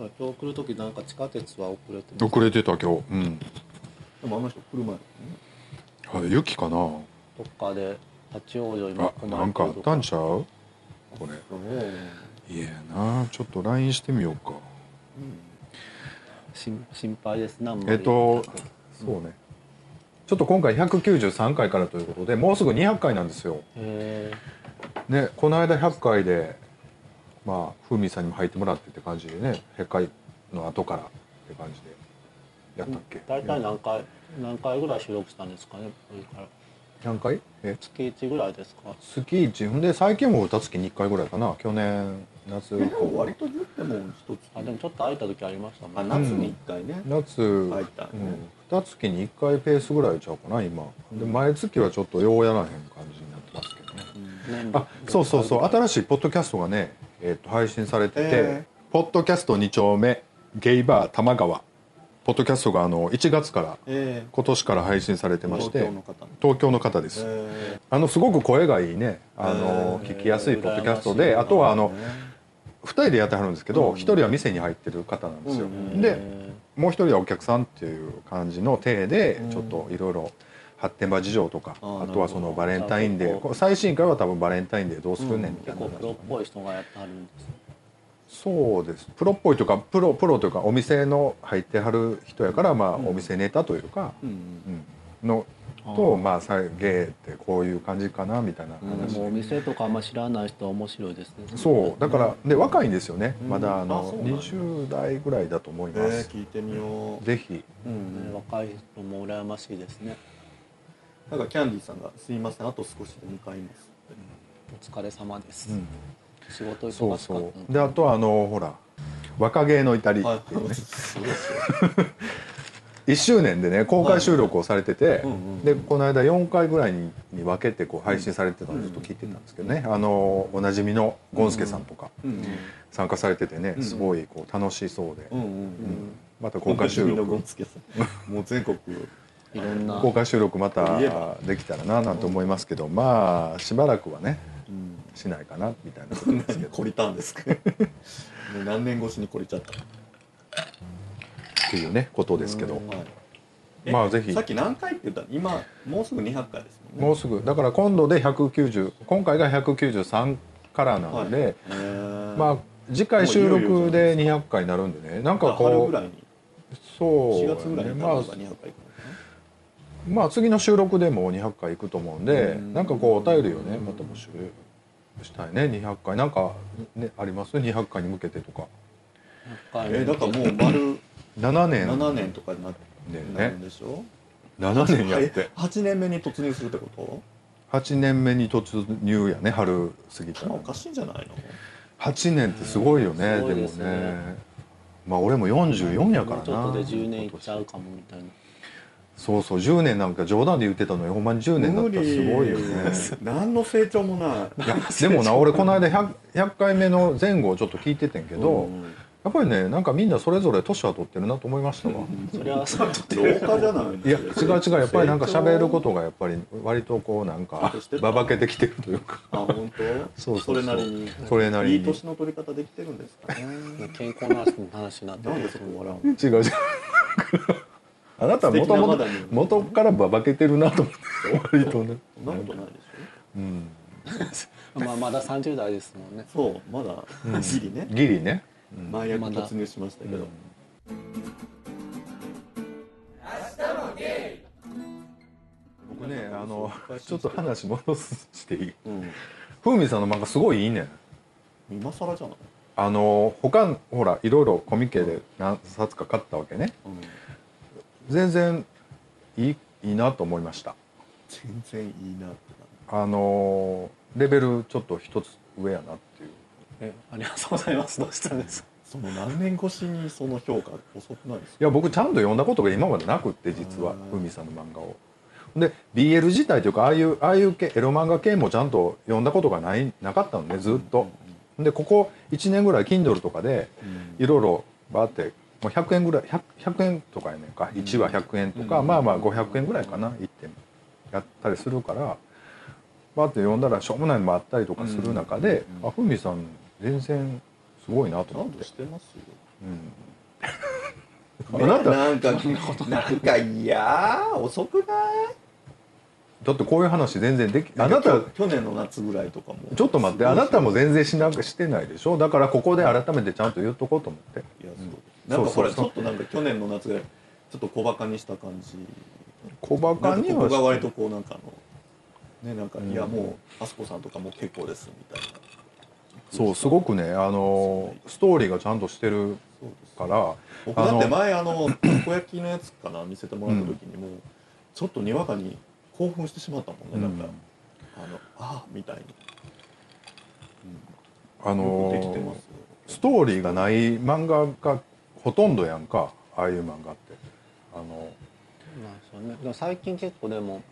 Speaker 3: よ
Speaker 2: 今日来る時なんか地下鉄は遅れてます
Speaker 1: 遅れてた今日うん
Speaker 3: でもあの人車やもんね
Speaker 1: あ雪かな
Speaker 2: どっかで立ち往生今
Speaker 1: あなんかあったん
Speaker 2: ゃ
Speaker 1: ちゃうこれいやなちょっと LINE してみようか
Speaker 2: 心心配です何
Speaker 1: えっとそうねちょっと今回193回からということでもうすぐ200回なんですよ
Speaker 2: え
Speaker 1: ねこの間100回でまあ風味さんにも入ってもらってって感じでね100回の後からって感じでやったっけ
Speaker 2: 大体何回何回ぐらい収録したんですかねこれから
Speaker 1: 何回え
Speaker 2: 月1ぐらいですか
Speaker 1: 月1ほんで最近も歌月に1回ぐらいかな去年夏以
Speaker 3: でも
Speaker 1: 降
Speaker 3: 割と言っても一つ
Speaker 2: あでもちょっと空いた時ありましたも
Speaker 3: あ
Speaker 2: ん
Speaker 3: 夏に1回ね、
Speaker 1: 夏、
Speaker 3: 入ったね
Speaker 1: うん、2月に1回ペースぐらいちゃうかな今で毎月はちょっとようやらへん感じになってますけどね
Speaker 2: 年
Speaker 1: あそうそうそう新しいポッドキャストがね、えー、と配信されてて、
Speaker 3: え
Speaker 1: ポッドキャスト2丁目ゲイバー玉川」ポッドキャストがあの1月から
Speaker 3: え
Speaker 1: 今年から配信されて
Speaker 3: え
Speaker 1: まし
Speaker 3: 東
Speaker 1: て
Speaker 3: 京の方の
Speaker 1: 東京の方です、
Speaker 3: え
Speaker 1: あのすごく声がいいねあの、
Speaker 2: えー
Speaker 1: 聞きやすいポッドキャストで、
Speaker 2: 羨ましいな
Speaker 1: あとはあの
Speaker 3: え
Speaker 1: 2人でやってはるんですけど、1人は店に入ってる方なんですよ、
Speaker 3: うん
Speaker 1: で
Speaker 2: え
Speaker 1: もう一人はお客さんっていう感じの体でちょっといろいろ発展場事情とか、
Speaker 3: あー
Speaker 1: あとはそのバレンタイン
Speaker 2: な
Speaker 1: デ
Speaker 2: る
Speaker 1: ー
Speaker 2: ほ
Speaker 1: こう最新回は多分バレンタインデーどうするねんみ
Speaker 2: ー
Speaker 1: たい
Speaker 2: 結
Speaker 1: な、
Speaker 2: 構プロっぽい人がやってはるんですね
Speaker 1: そうですプロっぽいというかプロプロというかお店の入ってはる人やから、まあ、お店ネタというか、
Speaker 3: うん
Speaker 1: うんのとまあさ芸ってこういう感じかなみたいな
Speaker 2: で
Speaker 1: 話、
Speaker 2: もお店とかあんま知らない人は面白いですね
Speaker 1: そうだからで若いんですよね、まだあ
Speaker 3: あ
Speaker 1: の
Speaker 3: そうなんや
Speaker 1: 20代ぐらいだと思い
Speaker 3: え
Speaker 1: ま
Speaker 3: え
Speaker 1: す、
Speaker 3: 聞いてみよ
Speaker 1: ぜひ
Speaker 3: う、うん
Speaker 2: ね若い人も羨ましいですね
Speaker 3: なんかキャンディーさんが「すいませんあと少しで向かいます」
Speaker 2: お疲れ様です、
Speaker 1: うん
Speaker 2: 仕事
Speaker 1: そ
Speaker 2: 忙
Speaker 1: う
Speaker 2: し
Speaker 1: そ
Speaker 2: かったの
Speaker 1: うであとはあのほら若芸の至り
Speaker 3: は
Speaker 1: っていうね
Speaker 3: いそうですよ
Speaker 1: 1周年でね公開収録をされてて、
Speaker 3: うんうん
Speaker 1: でこの間4回ぐらいにに分けてこう配信されてたのをずっと聞いてたんですけどね、あのおなじみのゴンスケさんとか
Speaker 3: うん
Speaker 1: 参加されててね、
Speaker 3: ん
Speaker 1: すごいこう楽しそうで、
Speaker 3: うんうん
Speaker 1: また公開収
Speaker 3: のゴ
Speaker 1: 録
Speaker 3: ンスケさんもう全国
Speaker 2: いろんな
Speaker 1: 公開収録ま
Speaker 3: そういえば
Speaker 1: たできたらななんて思いますけど、まあしばらくはね
Speaker 3: うん
Speaker 1: しないかなみたいなことですけど
Speaker 3: 懲りたんですけどもう何年越しに懲りちゃった
Speaker 1: っていうねことですけど。
Speaker 3: はいえ
Speaker 1: まあぜひ
Speaker 3: さっき何回って言ったの今もうすぐ200回ですもんね
Speaker 1: もうすぐだから今度で190今回が193からなので、
Speaker 3: はいえー
Speaker 1: ま
Speaker 3: ま
Speaker 1: あ次回収録で200回になるんでねなんか
Speaker 3: あ春
Speaker 1: こ
Speaker 3: ぐらいうに
Speaker 1: そう
Speaker 3: 4月ぐらい
Speaker 1: ね
Speaker 3: に
Speaker 1: ま
Speaker 3: ま
Speaker 1: あ
Speaker 3: あ200回か
Speaker 1: まあ次の収録でも200回いくと思うんで
Speaker 3: うん
Speaker 1: なんかこうお便りをねまた募集したいね200回なんかねあります200回に向けてとか
Speaker 2: 若
Speaker 3: ないえーだからもう丸
Speaker 1: 7年
Speaker 3: 7年とかになっ
Speaker 1: だよね
Speaker 3: なるんでしょ
Speaker 1: 7年やって
Speaker 3: 8年目に突入するってこ
Speaker 1: 8年目に突入やね春過ぎた
Speaker 3: と
Speaker 1: ら
Speaker 3: 頭おかしいんじゃないの
Speaker 1: 8年ってすごいよね
Speaker 2: すご
Speaker 1: で
Speaker 2: い
Speaker 1: も
Speaker 2: ですね
Speaker 1: ねまあ俺も44やからな
Speaker 2: もうちょっとで10年いっちゃうかもみたいな
Speaker 1: そうそう10年なんか冗談で言ってたのにほんまに10年だったらすごいよね
Speaker 3: 何の成長もない
Speaker 1: いやでもな俺この間 100, 100回目の前後をちょっと聞いててんけど、
Speaker 3: うんうん
Speaker 1: やっぱりねなんかみんなそれぞれ年は取ってるなと思いましたわ
Speaker 2: それは そう
Speaker 3: 老化じゃないの
Speaker 1: いや違う違うやっぱりなんか喋ることがやっぱり割とこうなんか
Speaker 3: 成長
Speaker 1: ばばけてきてるというか
Speaker 3: あ本当
Speaker 1: そうそうそう
Speaker 3: れなりに
Speaker 1: それなりに
Speaker 3: いい年の取り方できてるんですかね
Speaker 2: 健康な話になって
Speaker 3: なんで
Speaker 2: る
Speaker 3: そこ笑うの
Speaker 1: 違う違うあなたもとも
Speaker 3: 素敵なま
Speaker 1: と
Speaker 3: だに
Speaker 1: 元からばばけてるなと思って割とね
Speaker 3: そんなことないでし
Speaker 1: うん
Speaker 2: まあまだ30代ですもんね
Speaker 3: ょそうまだギリね
Speaker 1: ギリね
Speaker 3: 麻薬突入しましたけど、
Speaker 1: 僕ねあのちょっと話戻すしていい
Speaker 3: うん
Speaker 1: 風味さんの漫画すごいいいねん
Speaker 3: 今更じゃない、
Speaker 1: あの他ほらいろいろコミケで何冊か買ったわけね
Speaker 3: うん、
Speaker 1: 全然いいいいなと思いました
Speaker 3: 全然いいなってな
Speaker 1: あのレベルちょっと一つ上やなっていう
Speaker 2: えありがとうございますどうしたんですか
Speaker 3: その何年越しにその評価遅くないです
Speaker 1: いや僕ちゃんと読んだことが今までなくって実は
Speaker 3: うん
Speaker 1: 海さんの漫画を。で BL 自体というかああいうああいう系エロ漫画系もちゃんと読んだことがないなかったのねずっと。でここ1年ぐらい Kindle とかでいろいろバーってもう100円ぐらい 100, 100円とかやねんか
Speaker 3: うん
Speaker 1: 1話100円とか、
Speaker 3: うん
Speaker 1: まあまあ500円ぐらいかな1点やったりするからバーって読んだらしょうもないのもあったりとかする中で、
Speaker 3: うん
Speaker 1: あふみさん全然すごいなと
Speaker 3: な
Speaker 1: 思っ
Speaker 3: んと
Speaker 1: て
Speaker 3: し。てますよ
Speaker 1: うん
Speaker 3: あなたなんか
Speaker 2: そんなこと
Speaker 3: なんかいやー遅くない
Speaker 1: だってこういう話全然できあなた
Speaker 3: んか去去年の夏ぐらいとかも
Speaker 1: ちょっと待ってあなたも全然しなくしてないでしょだからここで改めてちゃんと言っとこうと思って
Speaker 3: いや
Speaker 1: うん
Speaker 3: そうなんかほらち
Speaker 1: そうそうそう
Speaker 3: ょっとなんか去年の夏ぐらいちょっと小バカにした感じ
Speaker 1: 小バカに
Speaker 3: なんかここが
Speaker 1: は
Speaker 3: 割とこうなんかあのねなんか、
Speaker 1: うん
Speaker 3: いやもうあすこさんとかもう結構ですみたいな
Speaker 1: そうすごくねあのストーリーがちゃんとしてる
Speaker 3: そうです
Speaker 1: から
Speaker 3: 僕
Speaker 1: あ
Speaker 3: だ
Speaker 1: の
Speaker 3: って前あのたこ焼きのやつかな見せてもらった時にもうちょっとにわかに興奮してしまったもんね、
Speaker 1: うん
Speaker 3: なんかあのああみたいに、
Speaker 1: あ
Speaker 3: うん、よくできてま
Speaker 1: の
Speaker 3: すよ
Speaker 1: ストーリーがない漫画がほとんどやんかああいう漫画ってあの
Speaker 2: なんでしょうねでも最近結構でも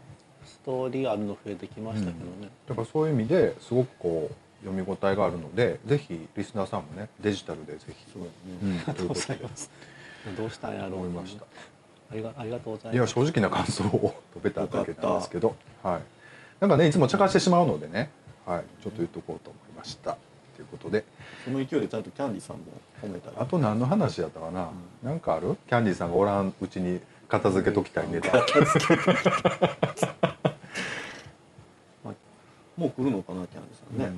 Speaker 2: ストーリーあるの増えてきましたけどね、
Speaker 1: だからそういう意味ですごくこう読み応えがあるのでぜひリスナーさんもねデジタルでぜひ
Speaker 3: そうだね、
Speaker 1: うん
Speaker 2: ありがとうござい
Speaker 1: というこ
Speaker 2: ますどうしたんやろう、ね、
Speaker 1: 思いました
Speaker 2: ありがありがとうございます
Speaker 1: いや正直な感想を述べていただけたんですけど、はい、なんかねいつも茶化してしまうのでね、はい、ちょっと言っとこうと思いましたということで
Speaker 3: その勢いでちゃんとキャンディさんも褒めたり
Speaker 1: あと何の話やったかな、なんかあるキャンディーさんがおらんうちに片付けときたいネタ
Speaker 3: もう来るのかなキャンディさんね、
Speaker 1: うん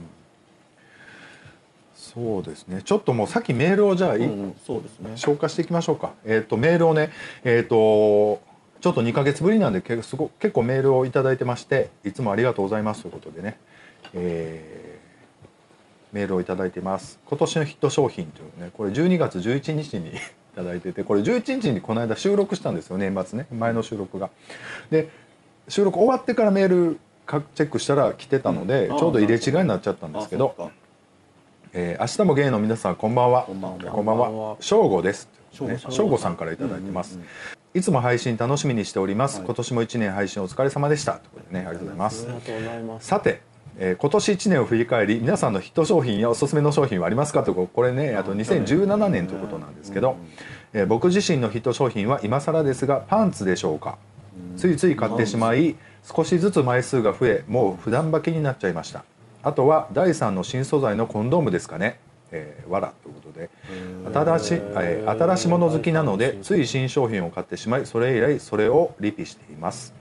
Speaker 1: そうですねちょっともうさっきメールをじゃあ、い
Speaker 3: うんうんそうですね
Speaker 1: 消化していきましょうかえっ、とメールをねえっ、とちょっと2ヶ月ぶりなんでけすご結構メールを頂いただいてましていつもありがとうございますということでね、えーメールを頂いただいてます今年のヒット商品というねこれ12月11日に いただいててこれ11日にこの間収録したんですよね年末ね前の収録がで収録終わってからメールかチェックしたら来てたので、
Speaker 3: うんあー
Speaker 1: ちょうど入れ違いになっちゃったんですけど
Speaker 3: あそっか
Speaker 1: えー、明日もゲイの皆さんこんばんは
Speaker 3: こんばんは
Speaker 1: こんばん
Speaker 2: こんばん
Speaker 1: は
Speaker 2: は
Speaker 1: 正吾です
Speaker 3: 省吾さん
Speaker 1: 正吾さんからいただいてます、
Speaker 3: うんうん
Speaker 1: いつも配信楽しみにしております、
Speaker 3: はい
Speaker 1: 今年も一年配信お疲れ様でしたということでねありがとうございます
Speaker 2: ありがとうございます
Speaker 1: さて、えー今年1年を振り返り皆さんのヒット商品やおすすめの商品はありますかということこれねあと2017年ということなんですけど、えー僕自身のヒット商品は今更ですがパンツでしょうかついつい買ってしまい少しずつ枚数が増えもう普段履きになっちゃいましたあとは第3の新素材のコンドームですかね、えーわらということで新し,、えー新しいもの好きなのでつい新商品を買ってしまいそれ以来それをリピしています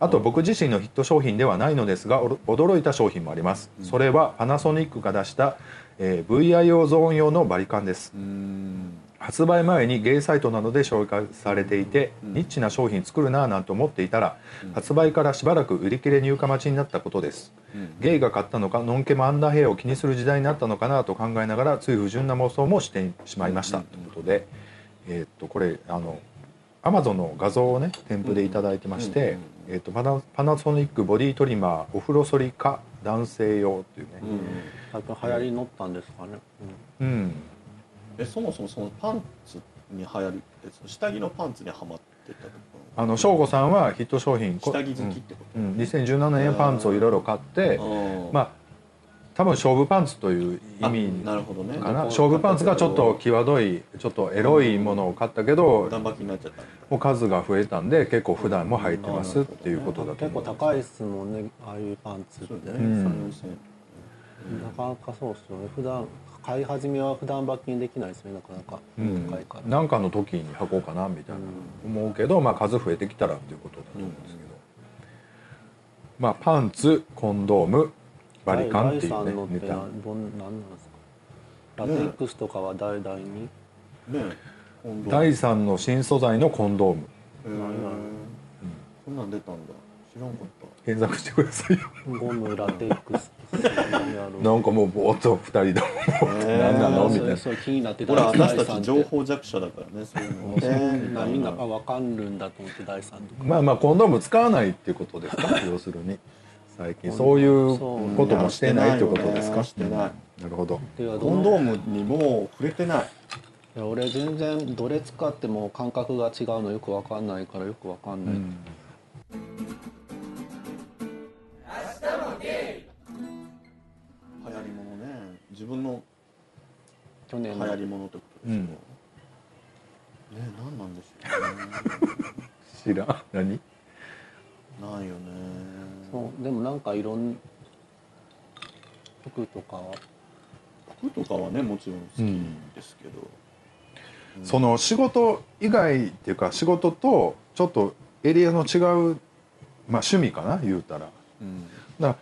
Speaker 1: あと僕自身のヒット商品ではないのですがおろ驚いた商品もありますそれはパナソニックが出した、えー VIO ゾーン用のバリカンです
Speaker 3: うんうん
Speaker 1: 発売前にゲイサイトなどで紹介されていて、ニッチな商品作るなぁなんて思っていたら、発売からしばらく売り切れ入荷待ちになったことです、ゲイが買ったのかノンケもアンダーヘイを気にする時代になったのかなと考えながらつい不純な妄想もしてしまいました、ということで、えーっとこれあのアマゾンの画像をね添付でいただいてまして、えーっとパナパナソニックボディトリマーお風呂剃りか男性用というね、
Speaker 3: うん
Speaker 2: 最近流行りに乗ったんですかね、う
Speaker 1: うん
Speaker 3: えそもそもそのパンツに流行るえその下着のパンツにはまってたとこ
Speaker 1: あの省吾さんはヒット商品こ
Speaker 3: 下着
Speaker 1: う
Speaker 3: 好
Speaker 1: ん
Speaker 3: きってこと、
Speaker 1: うん、2017年パンツをいろいろ買ってま
Speaker 3: あ
Speaker 1: あ多分勝負パンツという意味
Speaker 3: なるほどね
Speaker 1: かな勝負パンツがちょっと際どいちょっとエロいものを買ったけど
Speaker 3: 頑張りになっちゃったみたい
Speaker 1: もう数が増えたんで結構普段も履いてますっていうんことだと
Speaker 2: 結
Speaker 1: 思
Speaker 2: 構
Speaker 1: う
Speaker 2: 高いですもんねああいうパンツっ
Speaker 3: な
Speaker 2: て、
Speaker 3: そう
Speaker 2: な
Speaker 3: だね、
Speaker 1: うん
Speaker 3: 三四線
Speaker 2: かなかそうですよね普段買い始めは普段罰金できないですよねなかなか
Speaker 1: うん
Speaker 2: 高いから、
Speaker 1: なんかの時に履こうかなみたいな思うけど、まあ、数増えてきたらっていうことだと思うんですけど、まあ、パンツコンドームバリカンってい
Speaker 2: 第三の
Speaker 1: う
Speaker 2: っ
Speaker 1: ねネ
Speaker 2: て
Speaker 1: タ
Speaker 2: などんなんなんですかラテックスとかは代々に、
Speaker 3: ねえ今度
Speaker 1: 第3の新素材のコンドーム
Speaker 3: えーこんなん出たんだ知らんかった
Speaker 1: 検索してくださいよ
Speaker 2: ゴムラテックス
Speaker 1: なんかもうぼーっと二人でもう
Speaker 3: えー
Speaker 1: 何なのみ
Speaker 2: そ
Speaker 1: たいな
Speaker 2: れそれ気になって
Speaker 3: ほら
Speaker 2: 第
Speaker 3: 私
Speaker 2: 三
Speaker 3: た
Speaker 2: って
Speaker 3: ち情報弱者だからねそういうの
Speaker 2: みんなみんなあわかるんだと思って第三とか
Speaker 1: まあまあコンドーム使わないっていうことですか要するに最近そういうこともしてないってことですか
Speaker 3: してないよね
Speaker 1: うんなるほど
Speaker 2: ではど
Speaker 3: コン
Speaker 2: の
Speaker 3: ドームにも触れてない
Speaker 2: いや俺全然どれ使っても感覚が違うのよくわかんないからよくわかんない、
Speaker 3: 流行りものね自分の
Speaker 2: 去
Speaker 3: 流
Speaker 2: 年の
Speaker 3: 行りものってことでしょ、
Speaker 1: うん
Speaker 3: ね何なんでしょ
Speaker 1: 知
Speaker 3: うね
Speaker 1: らん何
Speaker 3: ないよね
Speaker 2: そうでもなんかいろん服とかは
Speaker 3: 服とかはねもちろん好きですけど、
Speaker 1: その仕事以外っていうか仕事とちょっとエリアの違う、まあ、趣味かな言うたら
Speaker 3: うん
Speaker 1: だ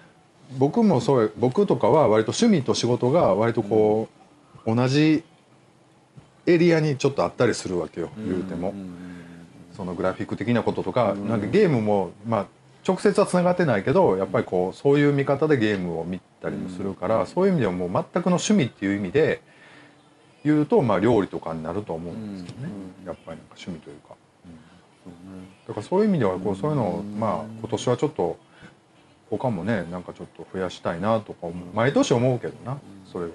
Speaker 1: 僕もそうや僕とかは割と趣味と仕事が割とこう、同じエリアにちょっとあったりするわけよ、言うても、
Speaker 3: ん
Speaker 1: そのグラフィック的なこととか,、なんかゲームも、まあ、直接はつながってないけどやっぱりこうそういう見方でゲームを見たりもするから、そういう意味ではもう全くの趣味っていう意味で言うと、まあ、料理とかになると思うんですけどね、やっぱりなんか趣味というか。
Speaker 3: そうね
Speaker 1: だからそういう意味ではこうそういうのをまあ今年はちょっと他もねなんかちょっと増やしたいなとか思う毎年思うけどなそれはね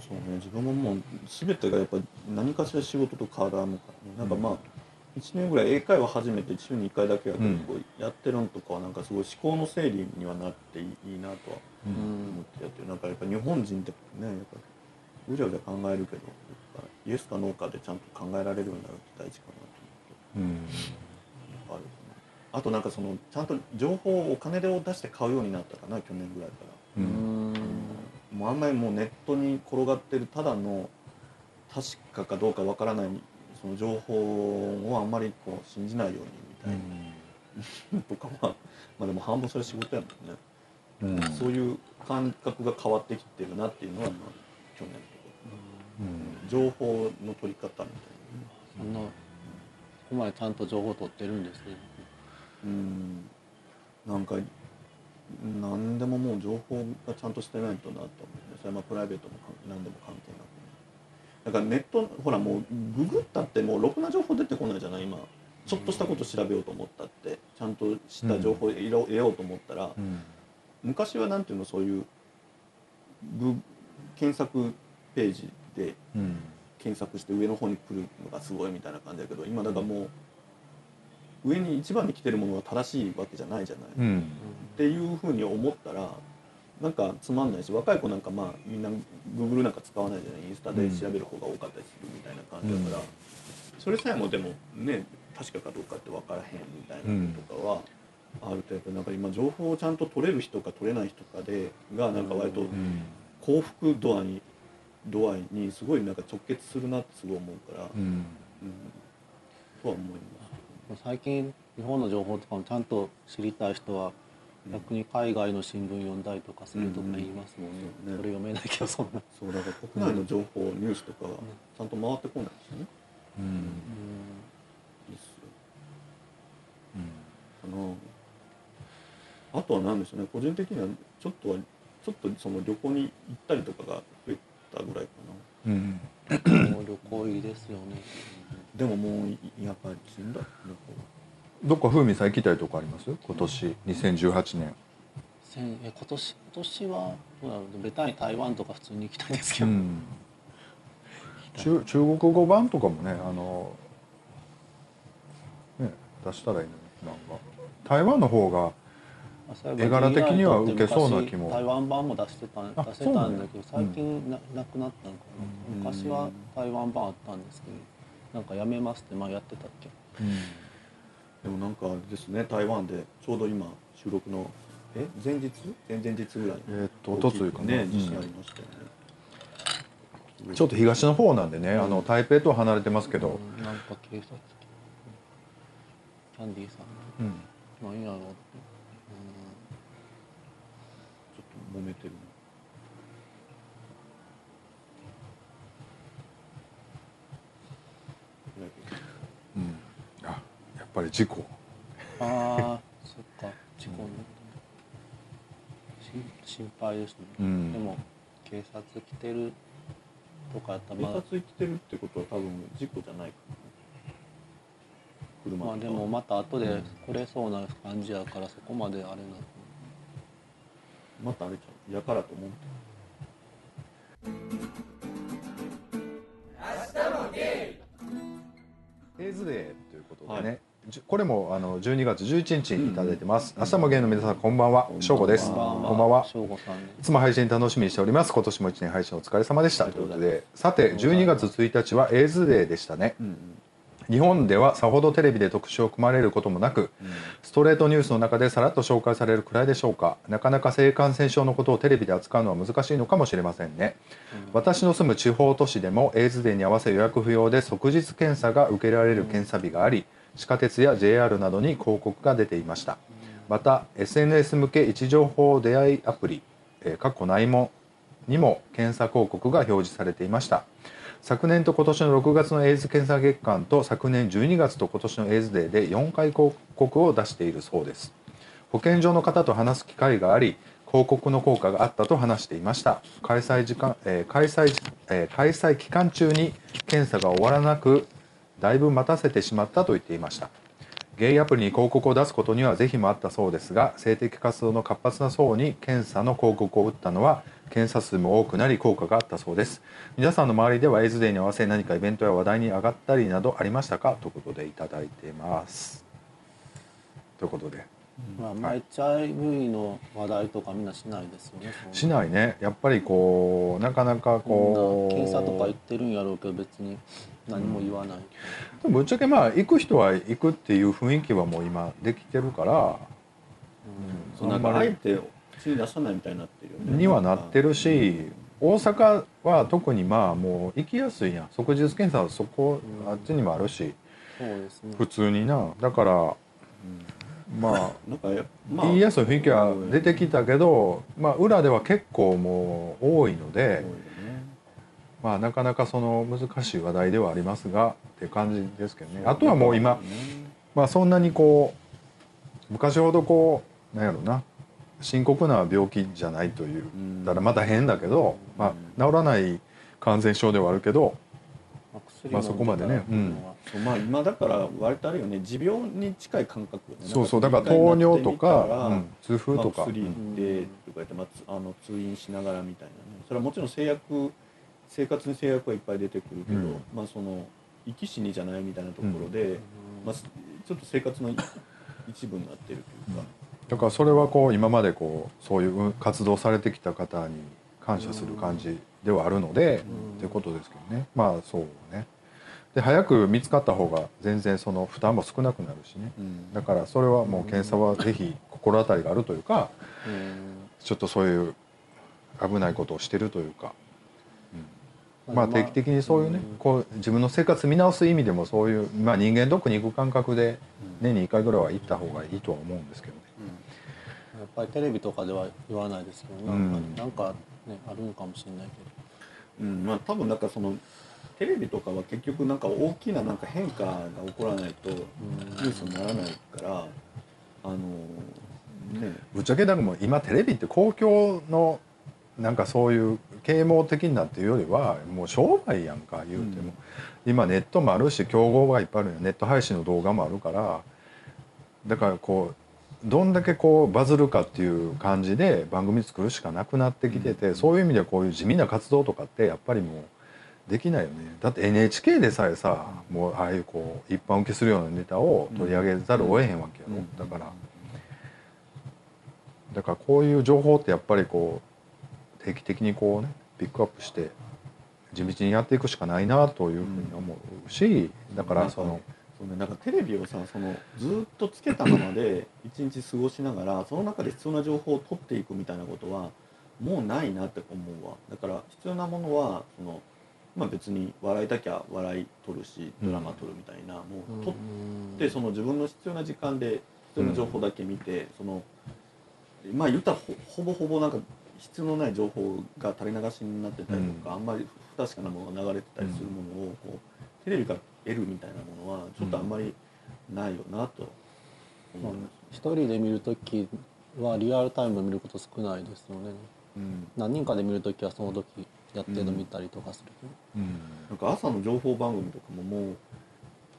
Speaker 3: そうね自分ももう全てがやっぱり何かしら仕事と絡むからねなんかまあ、1年ぐらい英会話始めて週に1回だけやけど
Speaker 1: うん
Speaker 3: こうやってるのとかはなんかすごい思考の整理にはなっていいいいなとは
Speaker 1: う
Speaker 3: 思ってやってるなんかやっぱ日本人ってねやっぱうじゃうじゃ考えるけどやっぱイエスかノーかでちゃんと考えられるようになるって大事かな
Speaker 1: うん
Speaker 3: と思ってやっぱあるかなあとなんかそのちゃんと情報をお金で出して買うようになったかな去年ぐらいから。
Speaker 1: う
Speaker 2: うんん
Speaker 3: もうあんまりもうネットに転がってるただの確かかどうかわからないその情報をあんまりこう信じないようにみたいな、とかはまあでも半分それ仕事やもんね、
Speaker 1: うんうん
Speaker 3: そういう感覚が変わってきてるなっていうのは、まあ、去年とか、情報の取り方みたい
Speaker 2: そんなここまでちゃんと情報取ってるんですね
Speaker 3: なうんなんか何でももう情報がちゃんとしてないとなと思うねそれはまあプライベートも関何でも関係なくねだからネットほらもうググったってもうろくな情報出てこないじゃない今ちょっとしたこと調べようと思ったってちゃんとした情報を得ろ得ようと思ったら、
Speaker 1: うん
Speaker 3: 昔はなんていうのそういうグ検索ページで
Speaker 1: うん
Speaker 3: 検索して上の方に来るのがすごいみたいな感じだけど今だからもう上に一番に来てるものが正しいわけじゃないじゃない、
Speaker 1: う
Speaker 3: っ
Speaker 1: ん
Speaker 3: ていうふうに思ったらなんかつまんないし若い子なんかまあみんな Google なんか使わないじゃないインスタで調べる方が多かったりするみたいな感じだから、
Speaker 1: うん
Speaker 3: それさえもでもね確かかどうかって分からへんみたいなのとかは。あるとやっぱなんか今情報をちゃんと取れる人か取れない人かでがなんか割と
Speaker 1: うん
Speaker 3: 幸福度合いに度合いにすごいなんか直結するなってすごい思うから、うん
Speaker 1: うん
Speaker 3: とは思います
Speaker 2: 最近日本の情報とかもちゃんと知りたい人は逆に海外の新聞読んだりとかするとか言いますもんね,、
Speaker 3: うんうん
Speaker 2: それ読めないけどそんな、
Speaker 3: そうだから国内の情報、ニュースとかはちゃんと回ってこないですよね
Speaker 1: うん
Speaker 3: ですよあのあとは何でしょうね個人的にはちょっとはちょっとその旅行に行ったりとかが増えたぐらいかな
Speaker 1: うん
Speaker 2: もう旅行いいですよね
Speaker 3: でももういやっぱり死んだ旅行は
Speaker 1: どっか風味さん行きたいとこあります今年2018年
Speaker 2: せんえ今年今年はどうだろうベタに台湾とか普通に行きたいですけ
Speaker 1: う
Speaker 2: ど、
Speaker 1: ん中中国語版とかもねあのね出したらいいのになんか台湾の方が
Speaker 2: あそういえば
Speaker 1: 絵柄的には受けそうな気も
Speaker 2: 昔台湾版も出してたん
Speaker 1: あ
Speaker 2: 出してたんだけど
Speaker 1: そうな
Speaker 2: 最
Speaker 1: んや
Speaker 2: 近な,、なくなったのか
Speaker 3: うん
Speaker 2: な昔は台湾版あったんですけどなんかやめますって前やってたっけ
Speaker 3: でもなんかあれですね台湾でちょうど今収録のえ前日前々日ぐらいに
Speaker 1: えーっとおとついかな
Speaker 3: ね
Speaker 1: うん
Speaker 3: 地震ありましたよね、
Speaker 1: ちょっと東の方なんでね、あの台北とは離れてますけど、
Speaker 2: うんなんか警察キャンディーさん
Speaker 1: うん
Speaker 2: 何やろう
Speaker 3: ちょっと揉めてる
Speaker 1: あやっぱり事故
Speaker 2: うんああそっ事故にし心配ですね、
Speaker 1: うん
Speaker 2: でも警察来てるとかやったら
Speaker 3: 警
Speaker 2: ま
Speaker 3: 察
Speaker 2: だ
Speaker 3: 行ってるってことは多分事故じゃないかな車
Speaker 2: まあ
Speaker 3: とか
Speaker 2: でもまた後で来れそうな感じやからそこまであれな
Speaker 3: またあれちゃうやからと思って
Speaker 1: エイズデーということでね、
Speaker 3: は
Speaker 1: じゅこれもあの12月11日にいただいてます、明日もゲイの皆さんこんばんは翔吾です
Speaker 3: こ
Speaker 1: こ
Speaker 3: ん
Speaker 1: ん
Speaker 3: ば
Speaker 1: ば
Speaker 3: ん
Speaker 1: ん
Speaker 3: は
Speaker 1: は
Speaker 2: 省吾さんに
Speaker 1: いつも配信楽しみにしております今年も一年配信お疲れ様でした
Speaker 3: ありが
Speaker 1: とい
Speaker 3: と
Speaker 1: うう
Speaker 3: ご
Speaker 1: こ
Speaker 3: ざい
Speaker 1: と
Speaker 3: ます
Speaker 1: でさて12月1日はエイズデーでしたね、
Speaker 3: うん
Speaker 1: 日本ではさほどテレビで特集を組まれることもなく、ストレートニュースの中でさらっと紹介されるくらいでしょうかなかなか性感染症のことをテレビで扱うのは難しいのかもしれませんね、私の住む地方都市でもエイズデーに合わせ予約不要で即日検査が受けられる検査日があり地下鉄や JR などに広告が出ていましたまた SNS 向け位置情報出会いアプリ「えーかっこないもん」にも検査広告が表示されていました昨年と今年の6月のエイズ検査月間と昨年12月と今年のエイズデーで4回広告を出しているそうです保健所の方と話す機会があり広告の効果があったと話していました開催時間、えー開催、えー開催期間中に検査が終わらなくだいぶ待たせてしまったと言っていましたゲイアプリに広告を出すことには是非もあったそうですが性的活動の活発な層に検査の広告を打ったのは検査数も多くなり効果があったそうです皆さんの周りではエイズデーに合わせ何かイベントや話題に上がったりなどありましたかということでいただいてますということで
Speaker 2: まあ、
Speaker 1: は
Speaker 2: HIV の話題とかみんなしないですよね
Speaker 1: しないねやっぱりこうなかなかこ
Speaker 2: こ
Speaker 1: うん
Speaker 2: な検査とか行ってるんやろうけど別に何も言わない、
Speaker 1: でもぶっちゃけまあ行く人は行くっていう雰囲気はもう今できてるから
Speaker 3: そうなんかあえて口に出さないみたいになってるよね
Speaker 1: にはなってるし大阪は特にまあもう行きやすいやん即日検査はそこあっちにもあるし
Speaker 2: そうですね
Speaker 1: 普通になだからま
Speaker 3: なんかや
Speaker 1: あ
Speaker 3: ま
Speaker 1: 言いやすい雰囲気は出てき
Speaker 3: き
Speaker 1: たけどまあ裏では結構もう多いのでまあなかなかその難しい話題ではありますがって感じですけどねあとはもう今まあそんなにこう昔ほどこうなんやろな深刻な病気じゃないという
Speaker 3: うん
Speaker 1: だからまた変だけど、まあ、治らない感染症ではあるけど、
Speaker 2: まあ薬
Speaker 1: まあそこまでね
Speaker 2: 飲んからっていうのは
Speaker 3: そうまあ今だから割とあれよね持病に近い感覚よね
Speaker 1: そうそうだ
Speaker 3: な
Speaker 1: か
Speaker 3: ん
Speaker 1: ら糖尿と
Speaker 3: 一回なってみたら
Speaker 1: か、うん痛風と
Speaker 3: ま
Speaker 1: か、
Speaker 3: あ、薬
Speaker 1: う
Speaker 3: で
Speaker 1: ん
Speaker 3: とか言って、まあつ、あの通院しながらみたいなねそれはもちろん制約生活に制約はいっぱい出てくるけど、
Speaker 1: うん
Speaker 3: まあその生き死にじゃないみたいなところで、まあ、すちょっと生活のい一部になってるというか、
Speaker 1: だからそれはこう今までこうそういう活動されてきた方に感謝する感じではあるので、ってことですけどねまあそうねで早く見つかった方が全然その負担も少なくなるしね
Speaker 3: うん
Speaker 1: だからそれはもう検査はぜひ心当たりがあるというか
Speaker 2: うん
Speaker 1: ちょっとそういう危ないことをしてるというかま
Speaker 2: ま
Speaker 1: あ、
Speaker 2: あ
Speaker 1: 定期的にそういうね、こう自分の生活見直す意味でもそういう、まあ、人間ドックに行く感覚で年に1回ぐらいは行った方がいいとは思うんですけどね、
Speaker 2: やっぱりテレビとかでは言わないですけど、なんか、なんかね、あるのかもしれないけ
Speaker 3: うんまあ多分なんかそのテレビとかは結局なんか大きななんか変化が起こらないとニュースにならないからあのね
Speaker 1: ぶっちゃけだからもう今テレビって公共のなんかそういう啓蒙的になっていうよりはもう商売やんか言うても、今ネットもあるし競合がいっぱいあるよネット配信の動画もあるからだからこうどんだけこうバズるかっていう感じで番組作るしかなくなってきてて、そういう意味ではこういう地味な活動とかってやっぱりもうできないよねだって NHK でさえさもうああいうこう一般受けするようなネタを取り上げざるを得へんわけやろ、
Speaker 3: うん
Speaker 1: だから。だからこういう情報ってやっぱりこう定期的にこうねピックアップして地道にやっていくしかないなというふうに思うし、だからその、
Speaker 3: そうね、なんかテレビをさそのずっとつけたままで一日過ごしながらその中で必要な情報を取っていくみたいなことはもうないなって思うわだから必要なものはその、まあ、別に笑いたきゃ笑い取るしドラマ取るみたいな、も
Speaker 2: ど。
Speaker 3: う取ってその自分の必要な時間で必要な情報だけ見て、そのまあ言ったらほほぼほぼなんか必要のない情報が垂れ流しになってたりとか、あんまり不確かなものが流れてたりするものをこうテレビから得るみたいなものはちょっとあんまりないよなと
Speaker 2: うん一人で見るときはリアルタイム見ること少ないですよね
Speaker 1: うん
Speaker 2: 何人かで見るときはその時やってるの見たりとかする
Speaker 1: うん
Speaker 3: なんか朝の情報番組とかもも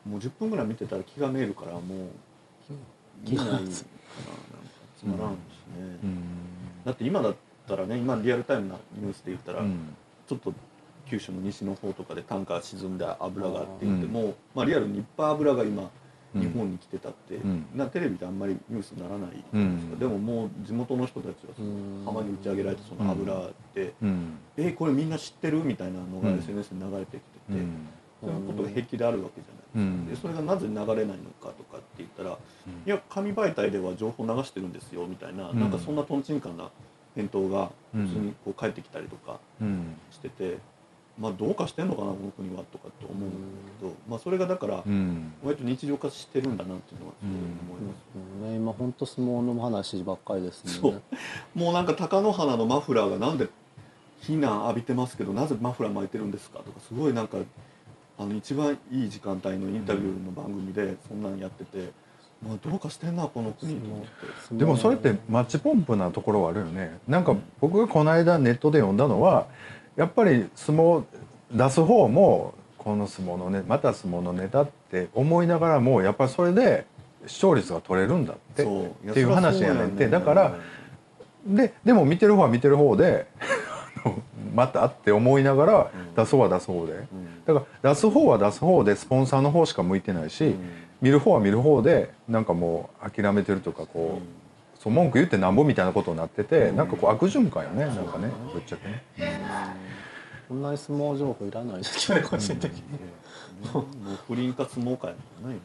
Speaker 3: うもう10分ぐらい見てたら気が滅入るからもう見ないからなんかつまらんしね、だって今だったらね今リアルタイムなニュースで言ったら、
Speaker 1: うん
Speaker 3: ちょっと九州の西の方とかでタンカー沈んで油がって言って
Speaker 1: うん
Speaker 3: も、まあ、リアルにいっぱい油が今
Speaker 1: うん
Speaker 3: 日本に来てたって、
Speaker 1: ん
Speaker 3: なテレビであんまりニュースにならないじゃ
Speaker 1: う
Speaker 3: ないですか、
Speaker 1: ん
Speaker 3: でももう地元の人たちは
Speaker 2: うん
Speaker 3: 浜に打ち上げられてその油って、
Speaker 1: うん
Speaker 3: えこれみんな知ってるみたいなのが
Speaker 1: うん
Speaker 3: SNS に流れてきてて、
Speaker 1: うん
Speaker 3: そういうことが平気であるわけじゃない、
Speaker 1: うん
Speaker 3: でそれがなぜ流れないのかとかって言ったら、
Speaker 1: うん
Speaker 3: いや紙媒体では情報流してるんですよみたいな、
Speaker 1: うん
Speaker 3: なんかそんなとんちんかんな返答が
Speaker 1: うん
Speaker 3: 普通にこう返ってきたりとか
Speaker 1: うん
Speaker 3: してて、まあどうかしてんのかなこの国はとかって思うんだけど、まあそれがだから
Speaker 1: うん
Speaker 3: 割と日常化してるんだなっていうのはすごい思います、
Speaker 2: うんね、今本当相撲の話ばっかりですもんね
Speaker 3: もうなんか貴乃花のマフラーがなんで避難浴びてますけどなぜマフラー巻いてるんですかとかすごいなんかあの一番いい時間帯のインタビューの番組でそんなんやってて、まあ、どうかしてんなこの国と思って。
Speaker 2: 相撲
Speaker 1: でもそれってマッチポンプなところはあるよねなんか僕がこの間ネットで読んだのはやっぱり相撲出す方もこの相撲のねまた相撲のネタって思いながらもやっぱりそれで視聴率が取れるんだって
Speaker 3: そう
Speaker 1: っていう話やねんって
Speaker 3: いそりゃ
Speaker 1: だか
Speaker 3: そうや
Speaker 1: ら
Speaker 3: ねん
Speaker 1: ででも見てる方は見てる方であのまたって思いながら
Speaker 3: うん
Speaker 1: 出す方は出す方で
Speaker 3: うん
Speaker 1: だから出す方は出す方でスポンサーの方しか向いてないし、見る方は見る方でなんかもう諦めてるとか
Speaker 3: うん
Speaker 1: こう。そう文句言ってなんぼみたいなことになってて、
Speaker 3: うん
Speaker 1: なんかこう悪循環よねなんかねぶっちゃけね
Speaker 2: こんなに相撲情報いらないですけどね個人的に
Speaker 3: うんもう不倫か相撲界なんかないもんな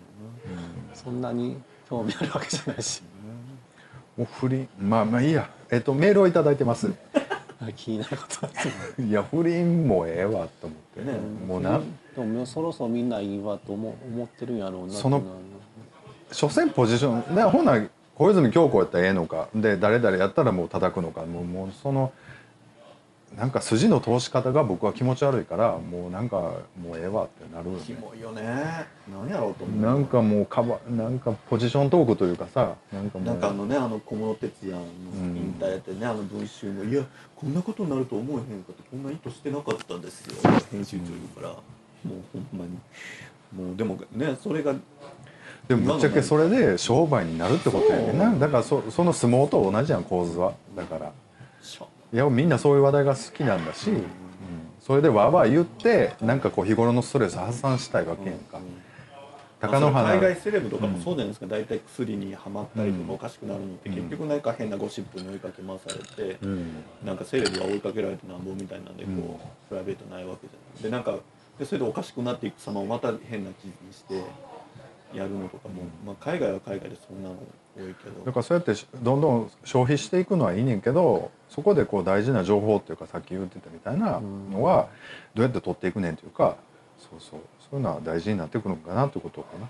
Speaker 2: そんなに興味あるわけじゃないし
Speaker 1: もう不倫まあまあいいやえっとメールを頂いただいてます
Speaker 2: 気になることはない
Speaker 1: いや不倫もええわと思って、
Speaker 3: ね
Speaker 1: もうな
Speaker 2: でもそろそろみんないいわと思思ってるんやろうなって
Speaker 1: その
Speaker 2: なる
Speaker 1: 所詮ポジションでほな小泉京子やったらええのかで誰々やったらもう叩くのかもうもうそのなんか筋の通し方が僕は気持ち悪いからもうなんかもうええわってなるよね
Speaker 3: キモいよね何やろうと思う
Speaker 1: なんかもうかばなんかポジショントークというかさなんかもう
Speaker 3: なんかあのねあの小室哲哉の
Speaker 1: うん
Speaker 3: 引退やってね、あの文集も「いやこんなことになると思えへんかってこんな意図してなかったんですよ」編集長言うから、もうほんまにもうでもねそれが
Speaker 1: でもぶっちゃけそれで商売になるってことやねんなだからそその相撲と同じやん構図はだから
Speaker 3: しょ
Speaker 1: いやみんなそういう話題が好きなんだし、うんそれでわーわー言ってなんかこう日頃のストレス発散したいわけやんか、貴乃
Speaker 3: まあそ
Speaker 1: 花
Speaker 3: れ海外セレブとかもそうじゃないですか、大体薬にはまったりとかおかしくなるのって、結局なんか変なゴシップに追いかけ回されて、
Speaker 1: うん
Speaker 3: なんかセレブが追いかけられてなんぼみたいなんでこう、
Speaker 1: うん
Speaker 3: プライベートないわけじゃないでなんかでそれでおかしくなっていく様をまた変な記事にしてやるのとかも、まあ、海外は海外でそんなの多いけ
Speaker 1: だ
Speaker 3: ど
Speaker 1: からそうやってしどんどん消費していくのはいいねんけどそこでこう大事な情報っていうかさっき言ってたみたいなのはどうやって取っていくねんというかそうそうそういうのは大事になってくるのかなってことかな。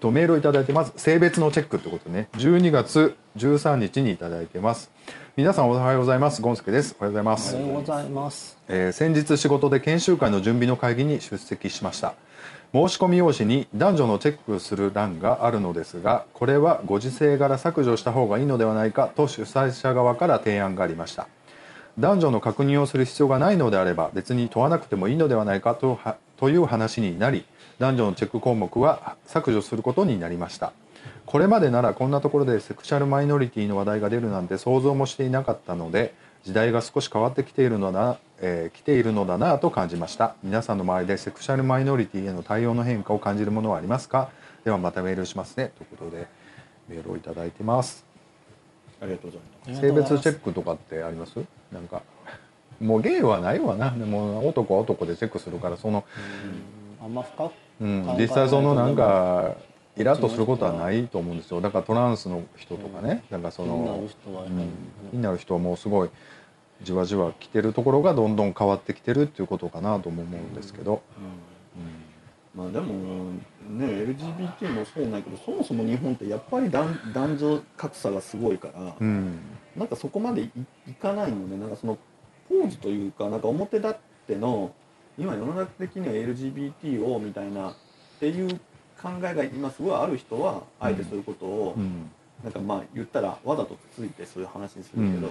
Speaker 1: とメールをいただいてます性別のチェックってことね12月13日にいただいてます皆さんおはようございますゴンスケですおはようございます、
Speaker 2: おはようございます
Speaker 1: えー先日仕事で研修会の準備の会議に出席しました申し込み用紙に男女のチェックする欄があるのですがこれはご時世柄削除した方がいいのではないかと主催者側から提案がありました男女の確認をする必要がないのであれば別に問わなくてもいいのではないかとはという話になり男女のチェック項目は削除することになりましたこれまでならこんなところでセクシャルマイノリティの話題が出るなんて想像もしていなかったので時代が少し変わってきているのだな、えー来ているのだなと感じました皆さんの周りでセクシャルマイノリティへの対応の変化を感じるものはありますかではまたメールしますねということでメールをいただいてます
Speaker 3: ありがとうございます
Speaker 1: 性別チェ
Speaker 2: ク
Speaker 1: ックとかってありますなんかもうゲイはないわなでも男は男でチェックするからその、
Speaker 2: あんま深く
Speaker 1: うん、実際そのなんかイラッとすることはないと思うんですよだからトランスの人とかね、なんかそ
Speaker 2: 気にな
Speaker 1: の
Speaker 2: る人はい
Speaker 1: うん
Speaker 2: ないよね
Speaker 1: 気になる人はもうすごいじわじわ来てるところがどんどん変わってきてるっていうことかなとも思うんですけど、
Speaker 3: まあでもね LGBT もそうなんやけどそもそも日本ってやっぱり男男女格差がすごいから、
Speaker 1: うん
Speaker 3: なんかそこまでいいかないのでなんかそのポーズというかなんか表立っての今世の中的には LGBT をみたいなっていう考えが今すごいある人はあえてそういうことを、
Speaker 1: うん
Speaker 3: なんかまあ言ったらわざとつついてそういう話にするけど、
Speaker 1: うん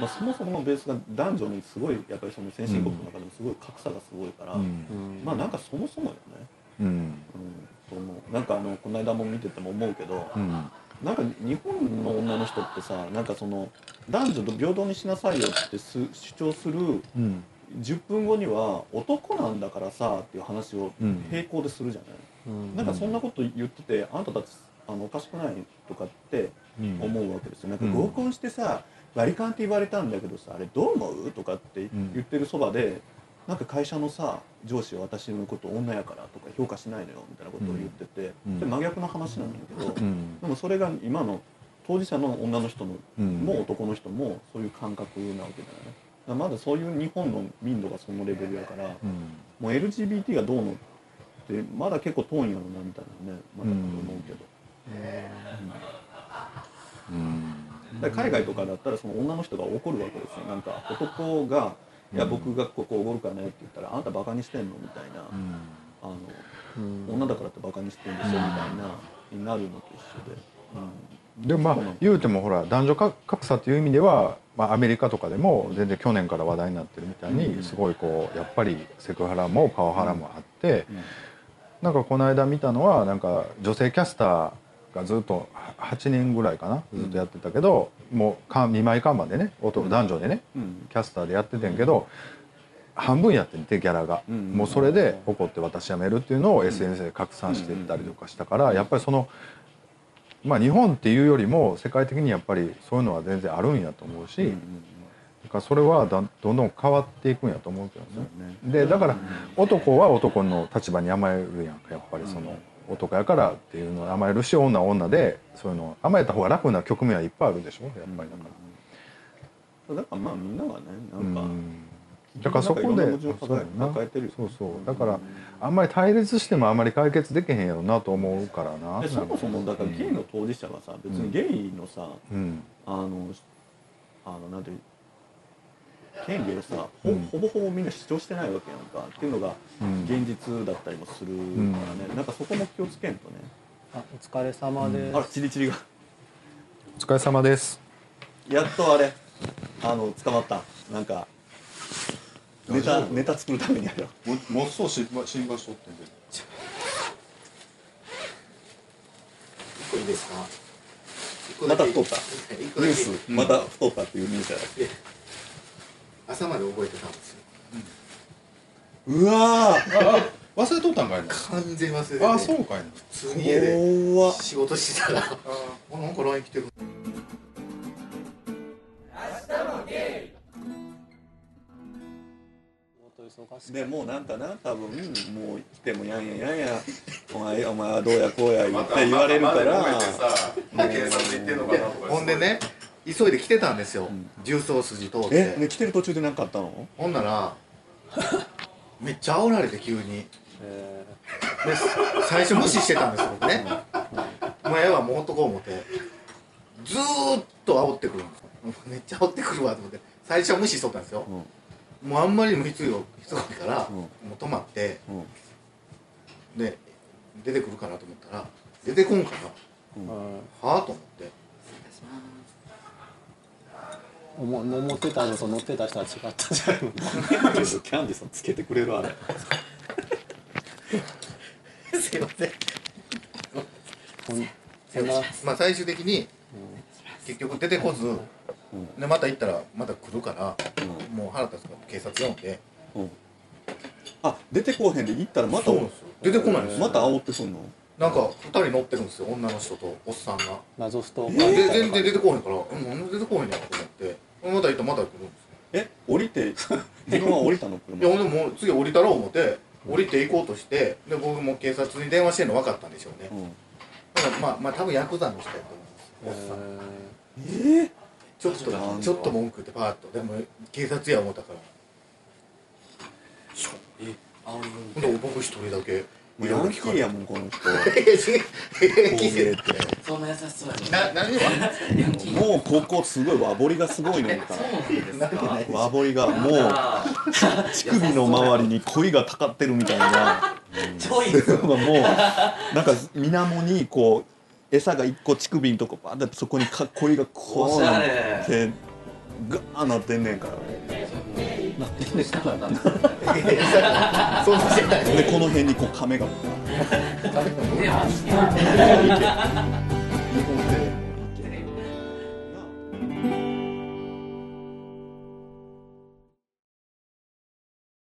Speaker 3: まあ、そもそものベースが男女にすごいやっぱりその先進国の中でもすごい格差がすごいから、
Speaker 1: うん
Speaker 2: うん
Speaker 3: まあなんかそもそもよね、
Speaker 1: うん
Speaker 3: うん、と思うなんかあのこの間も見てても思うけど、
Speaker 1: うん
Speaker 3: なんか日本の女の人ってさなんかその男女平等にしなさいよってす主張する
Speaker 1: うん
Speaker 3: 10分後には男なんだからさっていう話を
Speaker 1: うん
Speaker 3: 並行でするじゃない、
Speaker 2: うん
Speaker 3: なんかそんなこと言っててあんたたちあのおかしくないとかって
Speaker 1: うん
Speaker 3: 思うわけですよなんか
Speaker 1: うん
Speaker 3: 合コンしてさ割り勘って言われたんだけどさあれどう思うとかって
Speaker 1: ん
Speaker 3: 言ってるそばでなんか会社のさ上司は私のこと女やからとか評価しないのよみたいなことを言ってて、
Speaker 1: うん
Speaker 3: で真逆の話なんだけど、
Speaker 1: うん
Speaker 3: でもそれが今の当事者の女の人の
Speaker 1: うん
Speaker 3: も男の人もそういう感覚なわけじゃないだからまだそういう日本の民度がそのレベルやから、
Speaker 1: うん
Speaker 3: もう LGBT がどうのってまだ結構遠いんやろなみたいなねまだ思うけど、
Speaker 1: うん
Speaker 3: だから海外とかだったらその女の人が怒るわけですよなんか男が「いや僕がここおごるからね」って言ったら「あんたバカにしてんの?」みたいな、
Speaker 1: うん
Speaker 3: あの
Speaker 2: うん
Speaker 3: 女だからってバカにしてんでしょみたいな、になるのと一緒
Speaker 1: で
Speaker 3: で。
Speaker 1: もまあ言うてもほら男女格差という意味では、まあ、アメリカとかでも全然去年から話題になってるみたいにすごいこうやっぱりセクハラもパワハラもあって
Speaker 3: うん
Speaker 1: なんかこの間見たのはなんか女性キャスターがずっとは8人ぐらいかなずっとやってたけどもう2枚看板でね男男女でね
Speaker 3: うん
Speaker 1: キャスターでやっててんけど半分やってんてギャラが
Speaker 3: うん
Speaker 1: もうそれで怒って私辞めるっていうのを SNS で拡散していったりとかしたからやっぱりそのまあ日本っていうよりも世界的にやっぱりそういうのは全然あるんやと思うし
Speaker 3: うんう
Speaker 1: だ
Speaker 3: んうん
Speaker 1: からそれはだどんどん変わっていくんやと思うけど
Speaker 3: そう
Speaker 1: ね。
Speaker 3: だね
Speaker 1: でだから男は男の立場に甘えるやんかやっぱりその男やからっていうのを甘えるし女は女でそういうの甘えた方が楽な局面はいっぱいあるでしょやっぱりだから。
Speaker 3: だからまあみんながねな
Speaker 1: うん
Speaker 3: か、
Speaker 1: んだからそこ
Speaker 3: なんかいろんな
Speaker 1: で
Speaker 3: 矛盾を抱え抱えてるよね
Speaker 1: そうそうだからあんまり対立してもあんまり解決できへんやろなと思うからな
Speaker 3: でそもそもだからゲイの当事者がさ別にゲイのさ、
Speaker 1: うん
Speaker 3: あのあのなんていう権利をさほほぼほぼみんな主張してないわけやんかっていうのが
Speaker 1: うん
Speaker 3: 現実だったりもするからね、なんかそこも気をつけんとね、
Speaker 2: あお疲れ様で
Speaker 3: あらチリチリが
Speaker 1: お疲れ様です
Speaker 3: やっとあれあの捕まったなんかネタネタ作るためにやるよ
Speaker 5: ももっそう心配心配しとってんけど
Speaker 6: 一個いいですか一個
Speaker 3: ま
Speaker 6: だ
Speaker 3: た
Speaker 6: け
Speaker 3: 太った
Speaker 6: 一個
Speaker 3: ニュ
Speaker 6: だ
Speaker 3: ー
Speaker 6: け
Speaker 3: スまた太ったっていうニュースやろ
Speaker 6: 朝まで覚えてたんですよ
Speaker 3: うわー
Speaker 5: 忘れとったんかいな
Speaker 6: 完全忘れてて
Speaker 5: ああそうかいな
Speaker 6: 普通に家で
Speaker 3: 怖っ
Speaker 6: 仕事してたらあなんか LINE 来てる
Speaker 2: 本当に忙しい
Speaker 3: でもうなんかな多分もう来てもやんややんやお前お前はどうやこうや言って言われるから
Speaker 5: 警察行ってんのかなとか
Speaker 6: ほんでね急いで来てたんですよ重曹筋通っ
Speaker 3: え
Speaker 6: て
Speaker 3: ね来てる途中で何かあったの
Speaker 6: ほんならめっちゃ煽られて急に
Speaker 2: え
Speaker 6: で最初無視してたんです僕ねお前はもう男思ってずーっと煽ってくるんですめっちゃ煽ってくるわと思って最初は無視しとったんですよ、もうあんまりにも必要必要から、
Speaker 3: うん
Speaker 6: もう止まって、で出てくるかなと思ったら出てこんから
Speaker 2: ーうん
Speaker 6: はあと思って
Speaker 2: 思思ってたのと乗ってた人は違ったじゃん
Speaker 3: キャンディーさんつけてくれるあれ
Speaker 6: すいません
Speaker 2: こんそんな
Speaker 6: まあ最終的に結局出てこず、でまた行ったらまた来るから、もう腹立つから警察呼んで
Speaker 3: あ出てこうへんで行ったらまた
Speaker 6: そうなんですよ出てこないんですよ
Speaker 3: また煽ってくんの
Speaker 6: なんか2人乗ってるんですよ女の人とおっさんが。
Speaker 2: 謎ストーカーみ
Speaker 6: で
Speaker 2: たい
Speaker 6: 全
Speaker 2: な感
Speaker 6: 然
Speaker 2: じ
Speaker 6: 出てこへんから、うん、なんで出てこへんねやと思って、また行ったらまた来るんです
Speaker 3: え降り て自分は降りたの車
Speaker 6: よ。いや、ほんでもう次降りたろう思って、降りて行こうとして、で、僕も警察に電話してんの分かったんでしょうね。
Speaker 3: うん
Speaker 6: だからまあ、まあ、多分ヤクザの人やと思います。おっさん。ちょっ
Speaker 3: そ
Speaker 6: と
Speaker 3: うなんだ
Speaker 6: ちょっと文句言ってパーッとでも警察や思ったからほんで僕一人だけ
Speaker 3: もうヤンキーやもんこの人
Speaker 6: いや違う
Speaker 3: こう見えて
Speaker 7: そんな優しそうや
Speaker 6: な何は
Speaker 7: ヤンキー
Speaker 3: もうここすごい和彫りがすごいねんか
Speaker 7: そうなんですか
Speaker 3: 和彫りがもう乳首の周りに恋がたかってるみたいな
Speaker 7: 超いいですよ
Speaker 3: まあもうなんか水面にこう餌が一個乳首のとこバーンってそこにかこりがこうなってガーなってんねんから
Speaker 2: なってきてしたから
Speaker 6: そんなしてない
Speaker 3: でこの辺に こう亀が
Speaker 7: 出ました
Speaker 6: 日本で